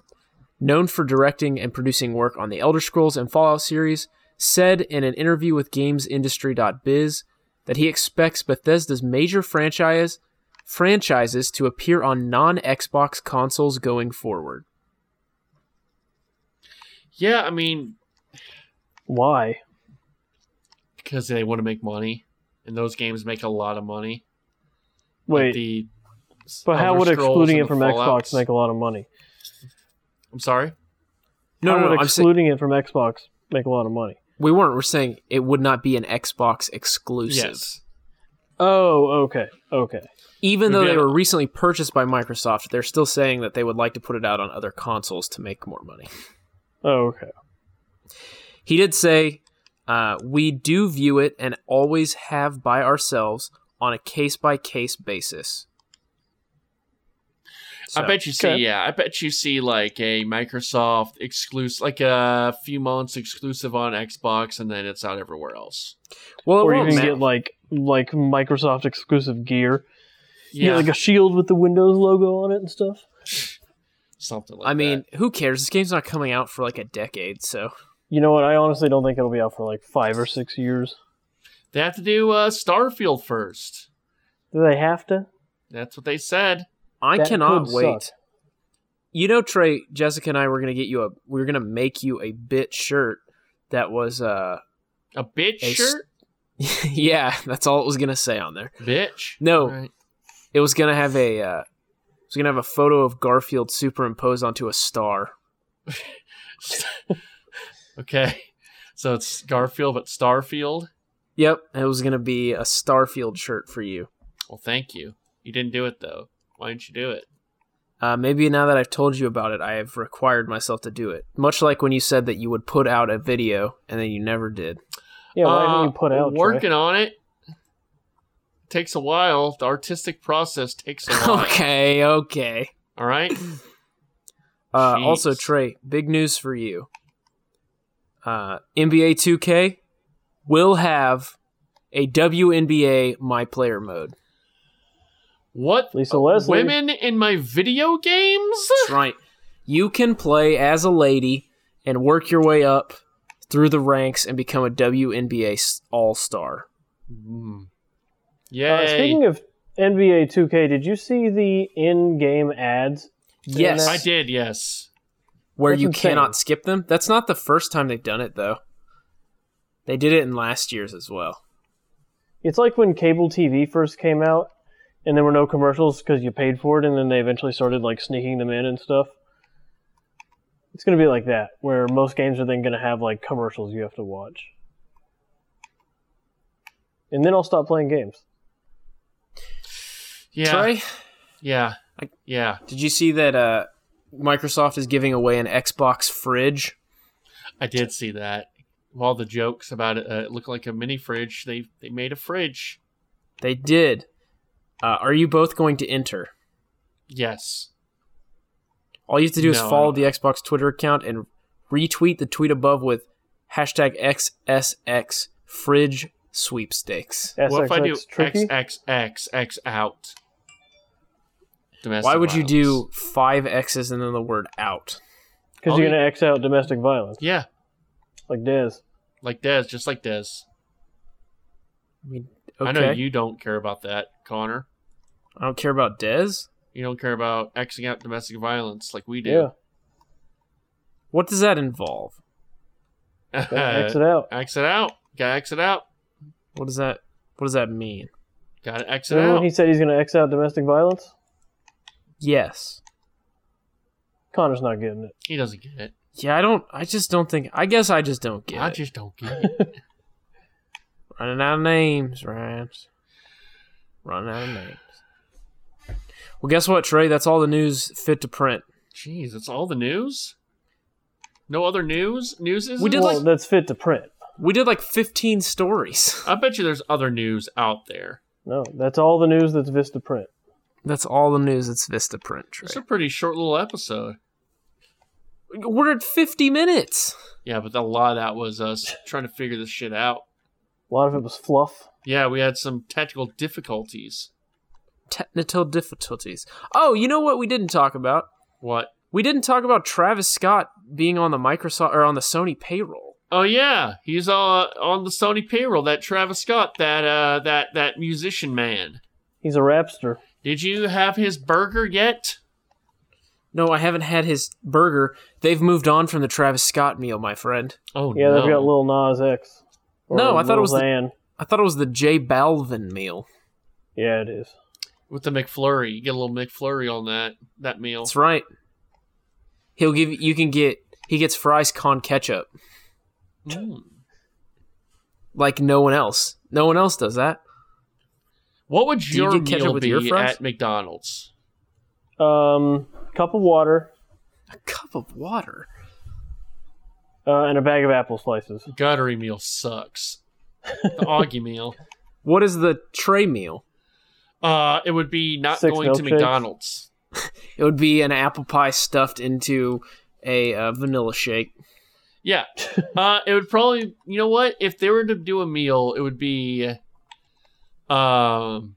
Speaker 3: known for directing and producing work on the Elder Scrolls and Fallout series, said in an interview with GamesIndustry.biz that he expects Bethesda's major franchise franchises to appear on non-Xbox consoles going forward.
Speaker 2: Yeah, I mean,
Speaker 4: Why?
Speaker 2: because they want to make money, and those games make a lot of money.
Speaker 4: Wait,
Speaker 2: Like the
Speaker 4: but how
Speaker 2: Elder
Speaker 4: would
Speaker 2: Scrolls
Speaker 4: excluding
Speaker 2: and
Speaker 4: it from
Speaker 2: the
Speaker 4: Xbox
Speaker 2: Fallouts-
Speaker 4: make a lot of money?
Speaker 2: I'm sorry.
Speaker 3: No,
Speaker 4: how
Speaker 3: no,
Speaker 4: would
Speaker 3: no, I'm saying
Speaker 4: excluding it from Xbox make a lot of money?
Speaker 3: we weren't. We're saying it would not be an Xbox exclusive.
Speaker 2: Yes.
Speaker 4: Oh, okay, okay.
Speaker 3: Even though
Speaker 6: Yeah.
Speaker 3: they were recently purchased by Microsoft, they're still saying that they would like to put it out on other consoles to make more money.
Speaker 4: Oh, okay.
Speaker 3: He did say, uh, "We do view it and always have by ourselves on a case by case basis."
Speaker 2: I bet you see,
Speaker 4: okay.
Speaker 2: yeah, I bet you see like a Microsoft exclusive, like a few months exclusive on Xbox, and then it's out everywhere else.
Speaker 3: Well, it
Speaker 4: or
Speaker 3: won't
Speaker 4: even
Speaker 3: matter.
Speaker 4: get like like Microsoft exclusive gear. Yeah,
Speaker 2: Yeah,
Speaker 4: like a shield with the Windows logo on it and stuff.
Speaker 2: something like
Speaker 3: I mean, who cares? This game's not coming out for like a decade, so
Speaker 4: You know what? I honestly don't think it'll be out for like five or six years.
Speaker 2: that. they have to do uh, Starfield first.
Speaker 4: Do they have to?
Speaker 2: That's what they said.
Speaker 3: I
Speaker 4: That
Speaker 3: cannot
Speaker 4: could
Speaker 3: wait.
Speaker 4: suck.
Speaker 3: You know, Trey, Jessica, and I were gonna get you a. We were gonna make you a bit shirt that was uh, [laughs]
Speaker 2: A bitch
Speaker 3: A s-
Speaker 2: shirt,
Speaker 3: yeah, that's all it was gonna say on there.
Speaker 2: bitch.
Speaker 3: No,
Speaker 2: Right. [laughs]
Speaker 3: it was gonna have a. Uh, it was gonna have a photo of Garfield superimposed onto a star.
Speaker 2: okay, so it's Garfield, but Starfield.
Speaker 3: Yep, it was gonna be a Starfield shirt for you.
Speaker 2: Well, thank you. You didn't do it though. Why didn't you do it?
Speaker 3: Uh, maybe now that I've told you about it, I have required myself to do it. Much like when you said that you would put out a video and then you never [laughs] did.
Speaker 4: Yeah, why
Speaker 2: Uh,
Speaker 4: don't you put out? Trey?
Speaker 2: Working on it. Takes a while. The artistic process takes
Speaker 3: [laughs]
Speaker 2: a while.
Speaker 3: okay, okay.
Speaker 2: All right.
Speaker 3: Uh,
Speaker 2: Jeez.
Speaker 3: also, Trey, big news for you. Uh, NBA 2K will have a WNBA My Player mode.
Speaker 2: What?
Speaker 4: Lisa Leslie. Uh,
Speaker 2: Women in my video games?
Speaker 3: That's right. You can play as a lady and work your way up through the ranks and become a WNBA All Star.
Speaker 4: Uh,
Speaker 2: Yay.
Speaker 4: speaking of NBA 2K, did you see the in-game ads?
Speaker 3: Yes,
Speaker 2: I did, yes.
Speaker 3: where
Speaker 4: That's
Speaker 3: you
Speaker 4: insane.
Speaker 3: cannot skip them. That's not the first time they've done it though. They did it in last year's as well.
Speaker 4: It's like when cable TV first came out, and there were no commercials because you paid for it, and then they eventually started like sneaking them in and stuff. It's gonna be like that, where most games are then gonna have like commercials you have to watch, and then I'll stop playing games.
Speaker 2: Yeah.
Speaker 3: Trey,
Speaker 2: Yeah.
Speaker 3: I-
Speaker 2: yeah.
Speaker 3: did you see that uh, Microsoft is giving away an Xbox fridge?
Speaker 2: I did see that. All the jokes about it, uh, it looked like a mini fridge. They they made a fridge.
Speaker 3: They did. Uh, are you both going to enter?
Speaker 2: Yes.
Speaker 3: All you have to do is
Speaker 2: No, I
Speaker 3: follow
Speaker 2: don't.
Speaker 3: the Xbox Twitter account and retweet the tweet above with hashtag XSX fridge sweepstakes.
Speaker 2: what if I do
Speaker 4: SXX tricky?
Speaker 2: X X X out? Domestic
Speaker 3: Why would you
Speaker 2: violence.
Speaker 3: do five X's and then the word out?
Speaker 4: Because
Speaker 2: oh,
Speaker 4: you're gonna X out domestic violence,
Speaker 2: Yeah,
Speaker 4: like Dez.
Speaker 2: like Des, just like Des.
Speaker 3: I mean,
Speaker 2: I know
Speaker 3: okay.
Speaker 2: you don't care about that, Connor.
Speaker 3: I don't care about Des.
Speaker 2: You don't care about Xing out domestic violence like we do.
Speaker 4: Yeah,
Speaker 3: What does that involve?
Speaker 2: [laughs] Uh,
Speaker 4: X it out.
Speaker 2: Exit out. Gotta exit out.
Speaker 3: What does that What does that mean?
Speaker 2: Gotta exit
Speaker 4: Remember
Speaker 2: out.
Speaker 4: when he said he's gonna X out domestic violence?
Speaker 3: Yes.
Speaker 4: Connor's not getting it.
Speaker 2: He doesn't get it.
Speaker 3: Yeah, I don't. I just don't think. I guess I just don't get
Speaker 2: I
Speaker 3: it.
Speaker 2: just don't get
Speaker 3: [laughs]
Speaker 2: it.
Speaker 3: Running out of names, Rams. Running out of names. Well, guess what, Trey? That's all the news fit to print.
Speaker 2: Jeez, that's all the news? No other news? News is
Speaker 3: We did
Speaker 4: well,
Speaker 3: like-
Speaker 4: that's fit to print.
Speaker 3: We did like 15 stories. [laughs]
Speaker 2: I bet you there's other news out there.
Speaker 4: No, that's all the news that's Vista print.
Speaker 3: That's all the news that's Vista print,
Speaker 2: It's a
Speaker 3: Trey.
Speaker 2: pretty short little episode.
Speaker 3: We're at 50 minutes.
Speaker 2: Yeah, but a lot of that was us trying to figure this shit out.
Speaker 4: A lot of it was fluff.
Speaker 2: Yeah, we had some technical difficulties.
Speaker 3: Technical difficulties. Oh, you know what we didn't talk about?
Speaker 2: What?
Speaker 3: We didn't talk about Travis Scott being on the Microsoft or on the Sony payroll.
Speaker 2: Oh yeah, he's uh, on the Sony payroll. That Travis Scott, that uh, that that musician man.
Speaker 4: He's a rapster.
Speaker 2: Did you have his burger yet?
Speaker 3: No, I haven't had his burger. They've moved on from the Travis Scott meal, my friend.
Speaker 2: Oh
Speaker 4: Yeah,
Speaker 2: no!
Speaker 4: they've got Lil Nas X. Or
Speaker 3: No, I thought
Speaker 4: Lil
Speaker 3: it was the-
Speaker 4: Xan.
Speaker 3: I thought it was the J Balvin meal.
Speaker 4: Yeah, it is.
Speaker 2: with the McFlurry. You get a little McFlurry on that that meal.
Speaker 3: That's right. He'll give you can get he gets fries con ketchup
Speaker 2: Mm.
Speaker 3: like no one else. No one else does that.
Speaker 2: What would
Speaker 3: you
Speaker 2: your
Speaker 3: do ketchup
Speaker 2: meal
Speaker 3: with your
Speaker 2: be
Speaker 3: fries?
Speaker 2: at McDonald's?
Speaker 4: Um, cup of water
Speaker 3: A cup of water.
Speaker 4: uh, and a bag of apple slices.
Speaker 2: Guttery meal sucks. The Augie
Speaker 3: [laughs]
Speaker 2: meal.
Speaker 3: What is the tray meal?
Speaker 2: Uh, it would be not
Speaker 4: Six
Speaker 2: going to
Speaker 4: milkshakes.
Speaker 2: McDonald's.
Speaker 3: It would be an apple pie stuffed into a uh, vanilla shake. [laughs]
Speaker 2: Yeah. Uh, it would probably, you know what? If they were to do a meal, it would be um,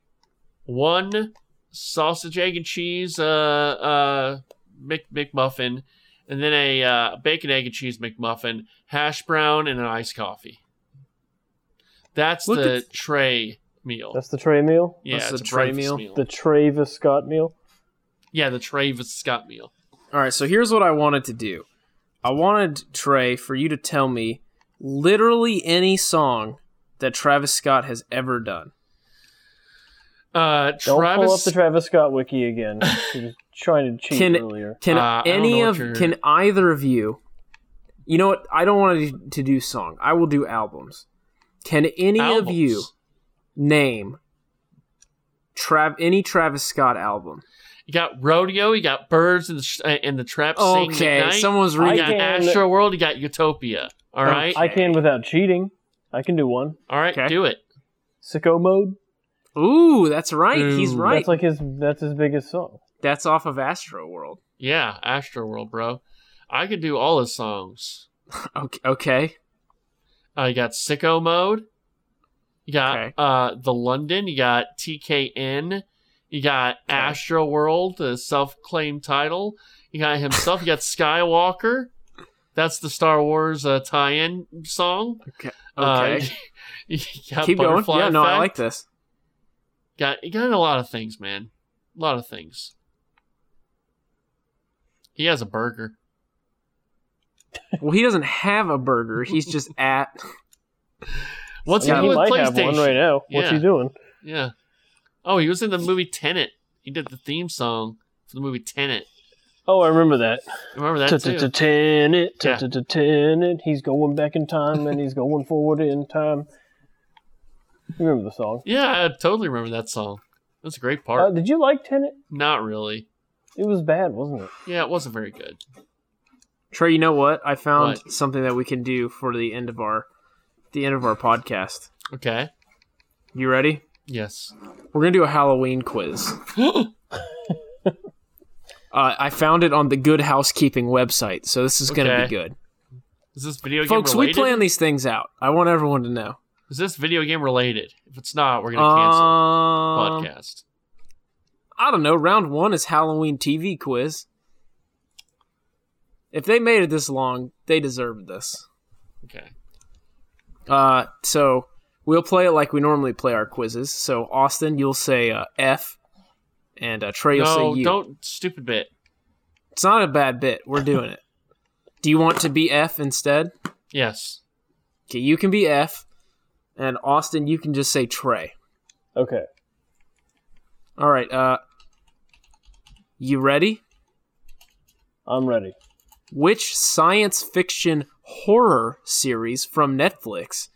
Speaker 2: one sausage, egg, and cheese uh, uh, Mc, McMuffin, and then a uh, bacon, egg, and cheese McMuffin, hash brown, and an iced coffee. That's
Speaker 3: Look
Speaker 2: the
Speaker 3: at-
Speaker 2: tray meal.
Speaker 4: That's the tray meal.
Speaker 2: yeah,
Speaker 3: that's
Speaker 2: it's
Speaker 3: the
Speaker 2: a
Speaker 3: tray
Speaker 2: breakfast
Speaker 3: meal.
Speaker 4: The Travis Scott meal.
Speaker 2: yeah, the tray with Scott meal.
Speaker 3: All right, so here's what I wanted to do. I wanted Trey for you to tell me literally any song that Travis Scott has ever done.
Speaker 2: Uh,
Speaker 4: Don't
Speaker 2: Travis,
Speaker 4: pull up the Travis Scott wiki
Speaker 3: [laughs]
Speaker 4: again. He was trying to cheat
Speaker 3: Can-
Speaker 4: earlier.
Speaker 3: Can
Speaker 2: Uh, I don't
Speaker 3: any
Speaker 2: know what
Speaker 3: of
Speaker 2: you're-
Speaker 3: can either of you You know what? I don't want to do- to do song. I will do albums. Can any of
Speaker 2: albums.
Speaker 3: you name Trav any Travis Scott album?
Speaker 2: You got rodeo. You got birds in the sh- uh, in the trap. singing at
Speaker 3: Okay,
Speaker 2: night.
Speaker 3: someone's
Speaker 2: You
Speaker 3: reading.
Speaker 2: got
Speaker 4: can-
Speaker 2: Astro World. You got Utopia. All right,
Speaker 4: I can without cheating. I can do one.
Speaker 2: all right,
Speaker 3: Oh, Okay.
Speaker 2: do it.
Speaker 4: Sicko mode.
Speaker 3: Ooh, that's right. He's
Speaker 2: Ooh,
Speaker 3: right.
Speaker 4: That's like his. That's his biggest song.
Speaker 3: That's off of Astro World.
Speaker 2: Yeah, Astro World, bro. I could do all his songs.
Speaker 3: Okay. okay.
Speaker 2: Uh, you got Sicko Mode. You got
Speaker 3: Okay.
Speaker 2: uh the London. You got TKN. You got Astro World, the self-claimed title. You got himself.
Speaker 3: [laughs]
Speaker 2: you got Skywalker. That's the Star Wars uh, tie-in song. Uh,
Speaker 3: Okay.
Speaker 2: [laughs] you got
Speaker 3: Keep going.
Speaker 2: Butterfly
Speaker 3: Yeah, no, I
Speaker 2: Effect.
Speaker 3: like this.
Speaker 2: Got he got a lot of things, man. A lot of things. He has a burger.
Speaker 3: Well, he doesn't have a burger.
Speaker 2: [laughs]
Speaker 3: He's just at.
Speaker 2: What's
Speaker 4: I
Speaker 2: he
Speaker 4: mean, he
Speaker 2: doing?
Speaker 4: might have
Speaker 2: PlayStation.
Speaker 4: one right now. What's he
Speaker 2: Yeah.
Speaker 4: doing?
Speaker 2: Yeah. Oh, he was in the movie Tenet. He did the theme song for the movie Tenet.
Speaker 4: Oh, I remember that.
Speaker 2: Remember that
Speaker 4: [laughs]
Speaker 2: too?
Speaker 4: Tenet,
Speaker 2: Yeah.
Speaker 4: tenet. He's going back in time and he's going forward in time. You remember the song?
Speaker 2: Yeah, I totally remember that song. That's a great
Speaker 4: Uh,
Speaker 2: part.
Speaker 4: did you like Tenet?
Speaker 2: Not really.
Speaker 4: It was bad, wasn't it?
Speaker 2: Yeah, it wasn't very good.
Speaker 3: Trey, you know what? I found
Speaker 2: What?
Speaker 3: something that we can do for the end of our, the end of our podcast.
Speaker 2: Okay.
Speaker 3: You ready?
Speaker 2: Yes.
Speaker 3: We're gonna do a Halloween
Speaker 2: [laughs]
Speaker 3: quiz. Uh, I found it on the Good Housekeeping website, so this is gonna
Speaker 2: Okay.
Speaker 3: be good,
Speaker 2: Is this video game
Speaker 3: folks. We
Speaker 2: related?
Speaker 3: plan these things out. I want everyone to know.
Speaker 2: Is this video game related? If it's not, we're gonna cancel
Speaker 3: Um,
Speaker 2: the podcast.
Speaker 3: I don't know. Round one is Halloween TV quiz. If they made it this long, they deserved this.
Speaker 2: Okay.
Speaker 3: Uh, so we'll play it like we normally play our quizzes. So Austin, you'll say uh, F, and uh, Trey, you'll
Speaker 2: No,
Speaker 3: say U.
Speaker 2: don't stupid bit.
Speaker 3: It's not a bad bit. We're doing it. Do you want to be F instead?
Speaker 2: Yes.
Speaker 3: Okay, you can be F, and Austin, you can just say Trey.
Speaker 4: Okay.
Speaker 3: All right. Uh, you ready?
Speaker 4: I'm ready.
Speaker 3: Which science fiction horror series from Netflix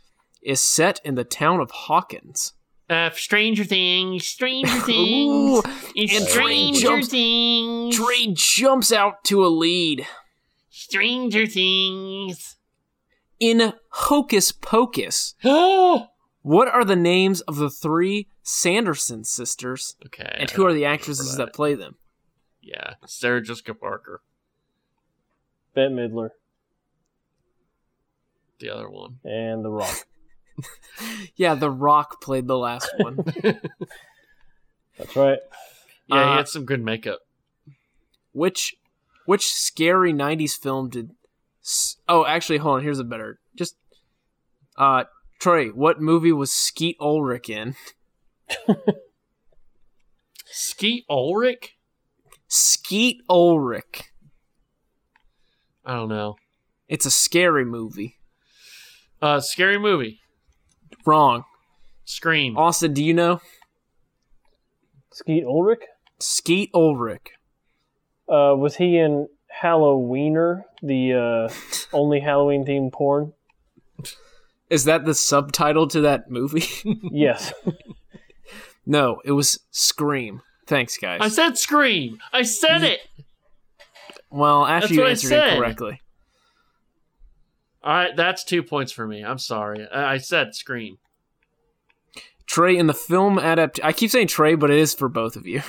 Speaker 3: is set in the town of Hawkins?
Speaker 2: Uh, Stranger Things, [laughs] Stranger
Speaker 3: Ooh,
Speaker 2: Things, it's
Speaker 3: and Trey
Speaker 2: Stranger
Speaker 3: jumps-
Speaker 2: Things,
Speaker 3: Trey jumps out to a lead.
Speaker 2: Stranger Things.
Speaker 3: In Hocus Pocus,
Speaker 2: [gasps] okay.
Speaker 3: what are the names of the three Sanderson sisters, and who are the actresses that play them?
Speaker 2: Yeah, Sarah Jessica Parker,
Speaker 4: Bette Midler
Speaker 2: the other one.
Speaker 4: and The Rock.
Speaker 3: Yeah, The Rock played the last
Speaker 2: [laughs]
Speaker 3: one.
Speaker 4: That's right.
Speaker 2: Yeah, he
Speaker 3: Uh,
Speaker 2: had some good makeup.
Speaker 3: which which scary 90s film did s- Oh, actually, hold on, here's a better. Just uh Troy, what movie was Skeet Ulrich in?
Speaker 2: Skeet Ulrich?
Speaker 3: Skeet Ulrich.
Speaker 2: I don't know.
Speaker 3: It's a scary movie.
Speaker 2: Uh, scary movie.
Speaker 3: Wrong.
Speaker 2: Scream.
Speaker 3: Austin, do you know
Speaker 4: Skeet Ulrich.
Speaker 3: Skeet Ulrich?
Speaker 4: Uh, was he in Halloweener, the uh, only Halloween themed porn?
Speaker 3: Is that the subtitle to that movie?
Speaker 4: Yes.
Speaker 3: [laughs] No, it was Scream. Thanks, guys.
Speaker 2: I said Scream. I said it.
Speaker 3: well, after
Speaker 2: That's
Speaker 3: you
Speaker 2: what I
Speaker 3: answered
Speaker 2: said.
Speaker 3: incorrectly.
Speaker 2: All right, that's two points for me. I'm sorry. I, I said Scream.
Speaker 3: Trey, in the film adapt, I keep saying Trey, but it is for both of you.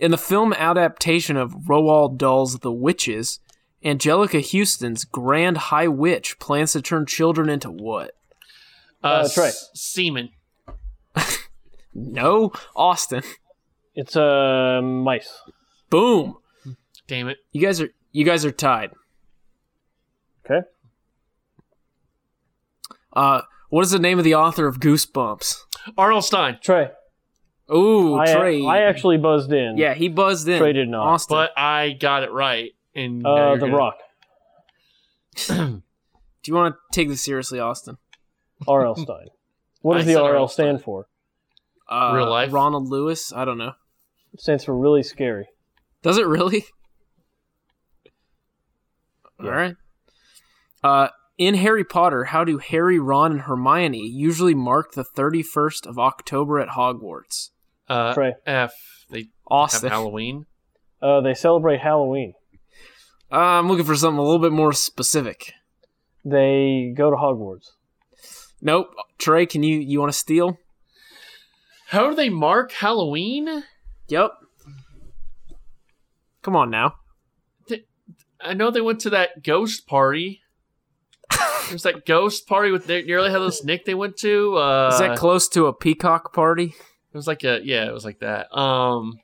Speaker 3: In the film adaptation of Roald Dahl's The Witches, Angelica Houston's Grand High Witch plans to turn children into what?
Speaker 2: Uh,
Speaker 4: Uh, Trey.
Speaker 2: s- semen.
Speaker 3: No, Austin.
Speaker 4: It's uh, mice.
Speaker 3: Boom.
Speaker 2: Damn it.
Speaker 3: You guys are you guys are tied.
Speaker 4: Okay.
Speaker 3: Uh, what is the name of the author of Goosebumps?
Speaker 2: Arnold Stein.
Speaker 4: Trey.
Speaker 3: Ooh,
Speaker 4: I,
Speaker 3: Trey.
Speaker 4: I actually buzzed in.
Speaker 3: yeah, he buzzed in.
Speaker 4: Trey did not.
Speaker 3: Austin.
Speaker 2: But I got it right. And now
Speaker 4: Uh,
Speaker 2: you're
Speaker 4: the
Speaker 2: gonna-
Speaker 4: Rock.
Speaker 3: Do you want to take this seriously, Austin?
Speaker 4: R.L. Stein. What
Speaker 2: I
Speaker 4: does the
Speaker 2: said
Speaker 4: R.L.
Speaker 2: R.L.
Speaker 4: stand for?
Speaker 3: Uh,
Speaker 2: Real life?
Speaker 3: Ronald Lewis. I don't know.
Speaker 4: It stands for really scary.
Speaker 3: Does it really? All right. Uh, in Harry Potter, how do Harry, Ron, and Hermione usually mark the 31st of October at Hogwarts?
Speaker 2: Uh,
Speaker 4: Trey.
Speaker 2: F. They have
Speaker 3: Austin. Uh,
Speaker 2: Halloween.
Speaker 4: Uh, they celebrate Halloween.
Speaker 3: Uh, I'm looking for something a little bit more specific.
Speaker 4: They go to Hogwarts.
Speaker 3: Nope. Trey, can you you want to steal?
Speaker 2: How do they mark Halloween?
Speaker 3: Yep. Come on now.
Speaker 2: I know they went to that ghost party. There's that ghost party with ne- nearly headless Nick they went to. Uh,
Speaker 3: Is that close to a peacock party?
Speaker 2: It was like a yeah, it was like that. Um,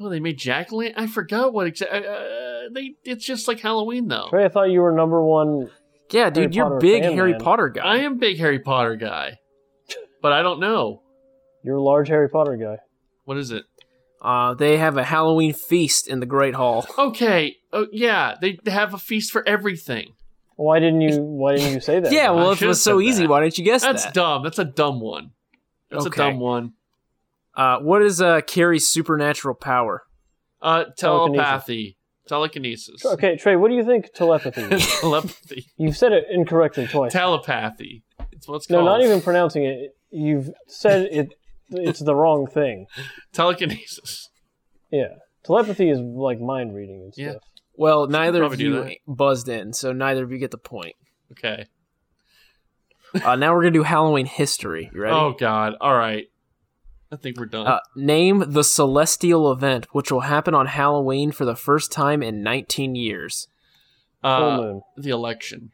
Speaker 2: oh, they made Jacqueline. I forgot what exactly. Uh, they it's just like Halloween though.
Speaker 4: Trey, I thought you were number one.
Speaker 3: Yeah, dude, you're
Speaker 4: Potter
Speaker 3: big
Speaker 4: fan,
Speaker 3: Harry
Speaker 4: man.
Speaker 3: Potter guy.
Speaker 2: I am a big Harry Potter guy, but I don't know
Speaker 4: You're a large Harry Potter guy.
Speaker 2: what is it.
Speaker 3: Uh, they have a Halloween feast in the Great Hall.
Speaker 2: Okay, oh yeah, they they have a feast for everything.
Speaker 4: Why didn't you? Why didn't you say
Speaker 2: [laughs]
Speaker 4: that?
Speaker 3: yeah, well,
Speaker 2: I
Speaker 3: if it
Speaker 2: should've
Speaker 3: was so
Speaker 2: said
Speaker 3: easy,
Speaker 2: that.
Speaker 3: why didn't you guess
Speaker 2: That's
Speaker 3: that?
Speaker 2: dumb. That's a dumb one. That's
Speaker 3: Okay.
Speaker 2: a dumb one.
Speaker 3: Uh, what is uh, Carrie's supernatural power?
Speaker 2: Uh,
Speaker 4: Telekinesis.
Speaker 2: telepathy, telekinesis,
Speaker 4: Okay, Trey, what do you think telepathy?
Speaker 2: [laughs]
Speaker 4: is?
Speaker 2: telepathy,
Speaker 4: You've said it incorrectly twice.
Speaker 2: telepathy. It's what's
Speaker 4: no,
Speaker 2: called.
Speaker 4: not even pronouncing it. You've said it. It's the wrong thing.
Speaker 2: telekinesis.
Speaker 4: Yeah, telepathy is like mind reading and
Speaker 2: Yeah.
Speaker 4: stuff.
Speaker 3: Well, neither of
Speaker 2: probably do
Speaker 3: you buzzed in, so neither of you get the point.
Speaker 2: Okay.
Speaker 3: Uh, now we're gonna do Halloween history. You ready?
Speaker 2: Oh God. All right. I think we're done.
Speaker 3: Uh, name the celestial event which will happen on Halloween for the first time in 19 years.
Speaker 2: Uh,
Speaker 4: Full moon.
Speaker 2: the election.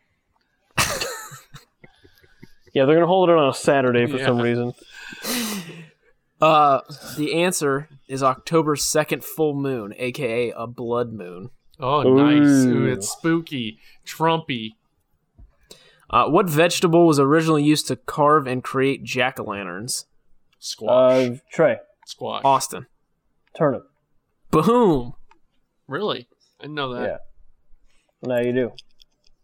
Speaker 4: Yeah, they're gonna hold it on a Saturday for some
Speaker 2: Yeah. [laughs]
Speaker 4: reason.
Speaker 3: Uh, the answer is October 2nd full moon, aka a blood moon.
Speaker 2: Oh, nice. Ooh,
Speaker 4: Ooh.
Speaker 2: it's spooky, Trumpy.
Speaker 3: Uh, what vegetable was originally used to carve and create jack o' lanterns?
Speaker 2: Squash.
Speaker 4: Uh, Trey,
Speaker 2: squash.
Speaker 3: Austin.
Speaker 4: turnip.
Speaker 3: Boom.
Speaker 2: Really? I didn't know that.
Speaker 4: Yeah. Now you do.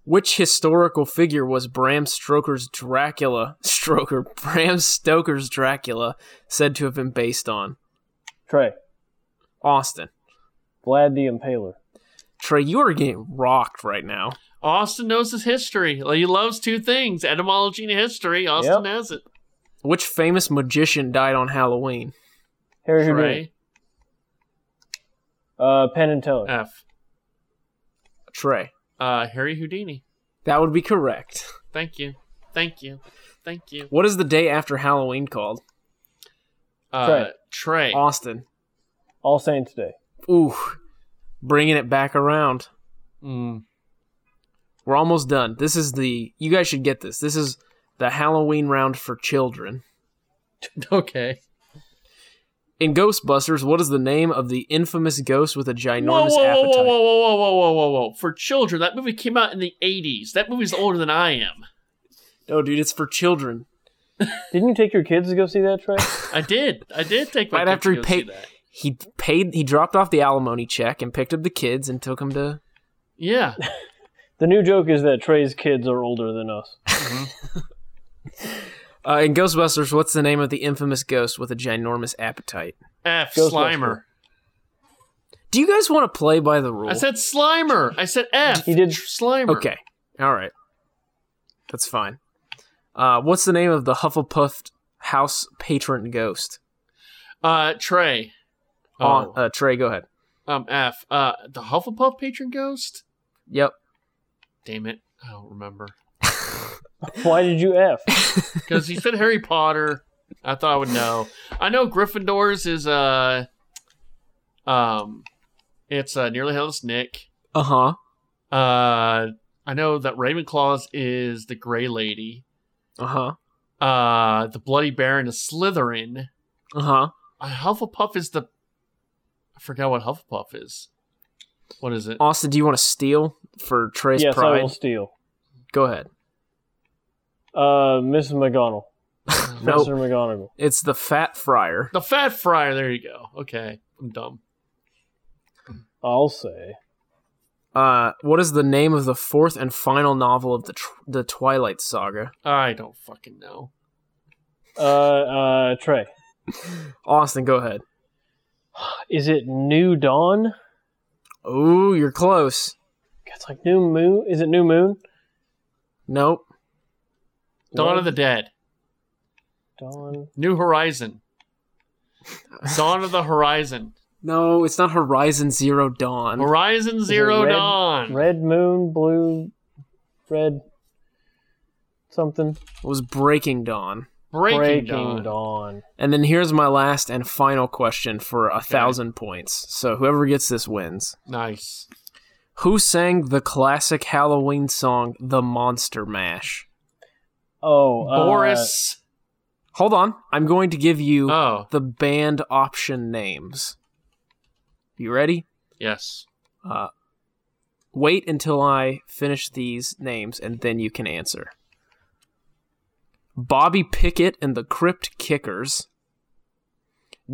Speaker 3: Which historical figure was Bram Stoker's Dracula? [laughs] Stroker. Bram Stoker's Dracula said to have been based on
Speaker 4: Trey,
Speaker 3: Austin.
Speaker 4: Vlad the Impaler.
Speaker 3: Trey, you are getting rocked right now.
Speaker 2: Austin knows his history. Like, he loves two things: etymology and history. Austin
Speaker 4: Yep.
Speaker 2: has it.
Speaker 3: Which famous magician died on Halloween?
Speaker 4: Harry Houdini.
Speaker 2: Trey
Speaker 4: Uh, Penn and Teller.
Speaker 2: F.
Speaker 3: Trey.
Speaker 2: Uh, Harry Houdini.
Speaker 3: That would be correct.
Speaker 2: Thank you. Thank you. Thank you.
Speaker 3: What is the day after Halloween called?
Speaker 2: Uh, Trey.
Speaker 3: Austin.
Speaker 4: All Saints Day.
Speaker 3: Ooh. Bringing it back around.
Speaker 2: Mm.
Speaker 3: We're almost done. This is the. You guys should get this. This is the Halloween round for children.
Speaker 2: [laughs] Okay.
Speaker 3: In Ghostbusters, what is the name of the infamous ghost with a
Speaker 2: Whoa,
Speaker 3: ginormous
Speaker 2: whoa, whoa,
Speaker 3: appetite?
Speaker 2: whoa, whoa, whoa, whoa, whoa, whoa, whoa! For children, that movie came out in the '80s. That movie's older than I am.
Speaker 3: No, dude, it's for children.
Speaker 4: Didn't you take your kids to go see that, Trey?
Speaker 2: I did. I did take my
Speaker 3: Right
Speaker 2: kid
Speaker 3: after
Speaker 2: to
Speaker 3: he
Speaker 2: go see
Speaker 3: paid-
Speaker 2: that.
Speaker 3: He paid. He dropped off the alimony check and picked up the kids and took them to.
Speaker 2: Yeah.
Speaker 4: the new joke is that Trey's kids are older than us.
Speaker 3: Uh, in Ghostbusters, what's the name of the infamous ghost with a ginormous appetite?
Speaker 2: F.
Speaker 4: Ghostbuster.
Speaker 2: Slimer.
Speaker 3: Do you guys want to play by the rule?
Speaker 2: I said Slimer. I said F.
Speaker 4: He did-
Speaker 2: Tr- Slimer.
Speaker 3: okay, all right, that's fine. Uh, what's the name of the Hufflepuff house patron ghost.
Speaker 2: Uh, Trey.
Speaker 3: On,
Speaker 2: Oh,
Speaker 3: uh, Trey, go ahead.
Speaker 2: um, F. Uh, the Hufflepuff patron ghost.
Speaker 3: Yep.
Speaker 2: Damn it, I don't remember.
Speaker 4: Why did you F?
Speaker 2: Because he said Harry Potter. I thought I would know. I know Gryffindors is uh, um, it's uh, nearly hell Nick.
Speaker 3: Uh huh.
Speaker 2: Uh, I know that Ravenclaws is the Gray Lady.
Speaker 3: Uh huh.
Speaker 2: Uh, the Bloody Baron is Slytherin.
Speaker 3: Uh huh.
Speaker 2: Uh, Hufflepuff is the. I forgot what Hufflepuff is. What is it?
Speaker 3: Austin, do you want to steal for Trey's
Speaker 4: yes, I
Speaker 3: pride?
Speaker 4: will steal.
Speaker 3: Go ahead.
Speaker 4: Uh, Mrs. McGonagall.
Speaker 3: No,
Speaker 4: Professor McGonagall.
Speaker 3: it's the Fat Friar.
Speaker 2: The Fat Friar. There you go. Okay, I'm dumb.
Speaker 4: I'll say.
Speaker 3: Uh, what is the name of the fourth and final novel of the tr- the Twilight Saga?
Speaker 2: I don't fucking know.
Speaker 4: Uh, uh, Trey.
Speaker 3: Austin, go ahead.
Speaker 4: Is it New Dawn?
Speaker 3: Oh, you're close.
Speaker 4: It's like New Moon. Is it New Moon?
Speaker 3: Nope.
Speaker 2: Dawn of the Dead.
Speaker 4: Dawn.
Speaker 2: New Horizon. Dawn of the Horizon.
Speaker 3: No, it's not Horizon Zero Dawn.
Speaker 2: Horizon Zero
Speaker 4: red-
Speaker 2: Dawn.
Speaker 4: Red Moon, Blue, Red, something.
Speaker 3: It was Breaking Dawn.
Speaker 2: Breaking,
Speaker 4: Breaking
Speaker 2: Dawn.
Speaker 4: Dawn.
Speaker 3: And then here's my last and final question for a thousand points. So whoever gets this wins.
Speaker 2: Nice.
Speaker 3: Who sang the classic Halloween song "The Monster Mash"?
Speaker 4: Oh, uh,
Speaker 2: Boris.
Speaker 3: Hold on, I'm going to give you
Speaker 2: Oh,
Speaker 3: the band option names. You ready? Uh,
Speaker 2: yes.
Speaker 3: Wait until I finish these names and then you can answer. Bobby Pickett and the Crypt Kickers.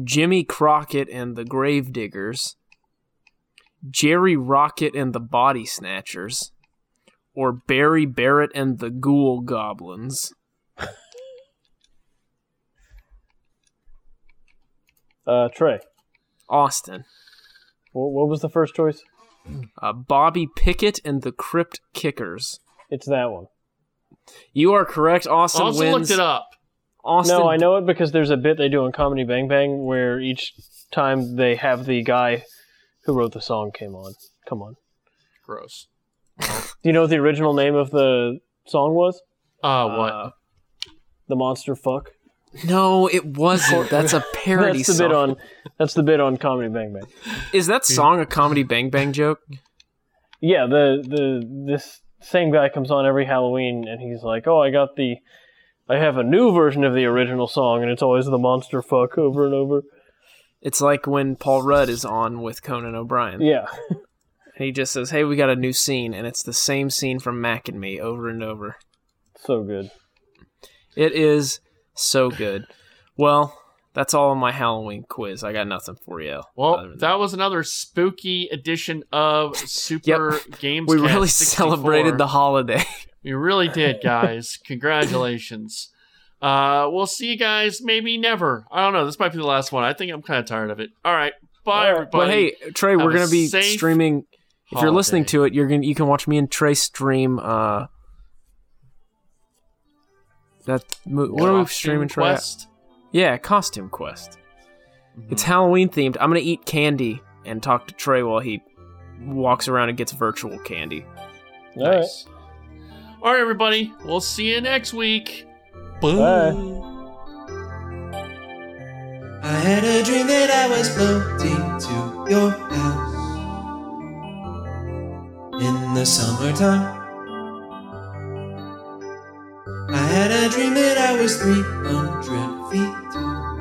Speaker 3: Jimmy Crockett and the Grave Diggers. Jerry Rocket and the Body Snatchers. Or Barry Barrett and the Ghoul Goblins.
Speaker 4: uh, Trey.
Speaker 3: Austin.
Speaker 4: What, what was the first choice?
Speaker 3: Uh, Bobby Pickett and the Crypt Kickers.
Speaker 4: It's that one.
Speaker 3: You are correct. Austin
Speaker 2: also
Speaker 3: wins.
Speaker 2: looked it up.
Speaker 3: Austin
Speaker 4: no, I know it because there's a bit they do on Comedy Bang Bang where each time they have the guy who wrote the song came on. Come on.
Speaker 2: Gross.
Speaker 4: Do you know what the original name of the song was?
Speaker 2: Uh, what?
Speaker 3: Uh,
Speaker 4: The Monster Fuck.
Speaker 3: [laughs] No, it wasn't. That's a
Speaker 4: [laughs]
Speaker 3: parody
Speaker 4: That's the
Speaker 3: song.
Speaker 4: bit on. That's the bit on Comedy Bang Bang.
Speaker 3: Is that song a comedy Bang Bang joke?
Speaker 4: Yeah, the the this same guy comes on every Halloween and he's like, "Oh, I got the, I have a new version of the original song, and it's always the Monster Fuck over and over."
Speaker 3: It's like when Paul Rudd is on with Conan O'Brien.
Speaker 4: Yeah. [laughs]
Speaker 3: And he just says, Hey, we got a new scene, and it's the same scene from Mac and Me over and over.
Speaker 4: So good.
Speaker 3: It is so good. Well, that's all on my Halloween quiz. I got nothing for you. other
Speaker 2: well,
Speaker 3: than
Speaker 2: that was another spooky edition
Speaker 3: [laughs]
Speaker 2: of Super Games.
Speaker 3: we really [laughs] celebrated the holiday. [laughs]
Speaker 2: We really did, guys. Congratulations. Uh, we'll see you guys maybe never. I don't know. This might be the last one. I think I'm kind of tired of it. All right. Bye,
Speaker 4: All right.
Speaker 2: everybody.
Speaker 3: but hey, Trey,
Speaker 2: have
Speaker 3: we're
Speaker 2: a
Speaker 3: gonna be
Speaker 2: safe
Speaker 3: streaming. If you're listening
Speaker 2: holiday.
Speaker 3: to it, you're gonna you can watch me and Trey stream. Uh, that mo- what are we streaming?
Speaker 2: Costume
Speaker 3: Trey? at?
Speaker 2: Quest. Mm-hmm.
Speaker 3: Yeah, costume quest. It's Halloween themed. I'm gonna eat candy and talk to Trey while he walks around and gets virtual candy.
Speaker 4: All right.
Speaker 2: Nice. All right, everybody. We'll see you next week.
Speaker 4: Bye.
Speaker 7: I had a dream that I was floating to your house in the summertime. I had a dream that I was 300 feet tall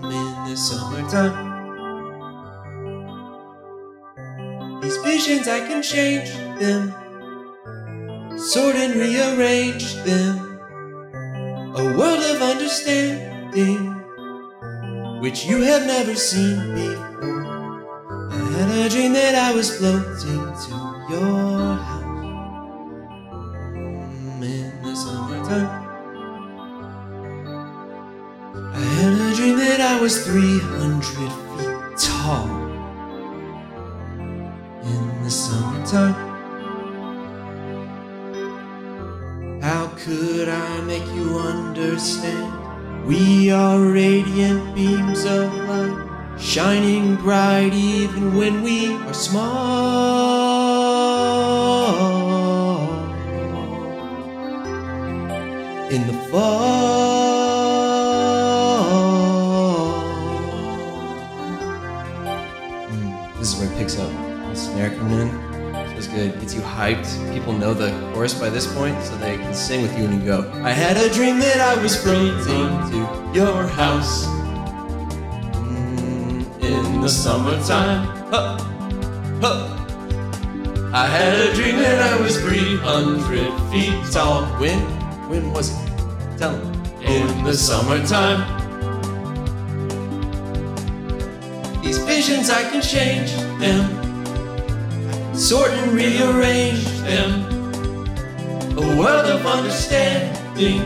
Speaker 7: Mm, in the summertime. These visions, I can change them, sort and rearrange them a world of understanding which you have never seen before. I had a dream that I was floating to your house Mm, in the summertime. I had a dream that I was 300 feet tall in the summertime. How could I make you understand? We are radiant beams of light, shining bright even when we are small. In the fall. Mm, this is where it picks up. The snare coming in was good. Gets you hyped. People know the chorus by this point, so they can sing with you and you go. I had a dream that I was freezing to your house Mm, in the summertime. Huh, huh. I had a dream that I was 300 feet tall. When? When was it? Tell 'em. In the summertime. These visions, I can change them sort and rearrange them. A world of understanding,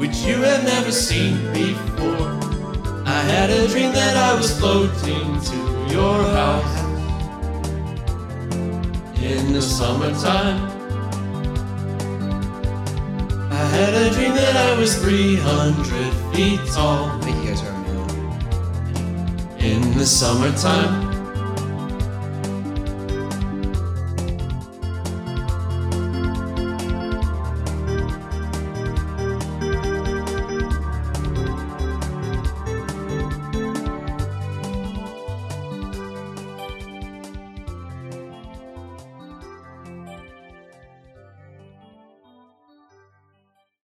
Speaker 7: which you have never seen before. I had a dream that I was floating to your house in the summertime. I had a dream that I was 300 feet tall. I think you guys are in the summertime.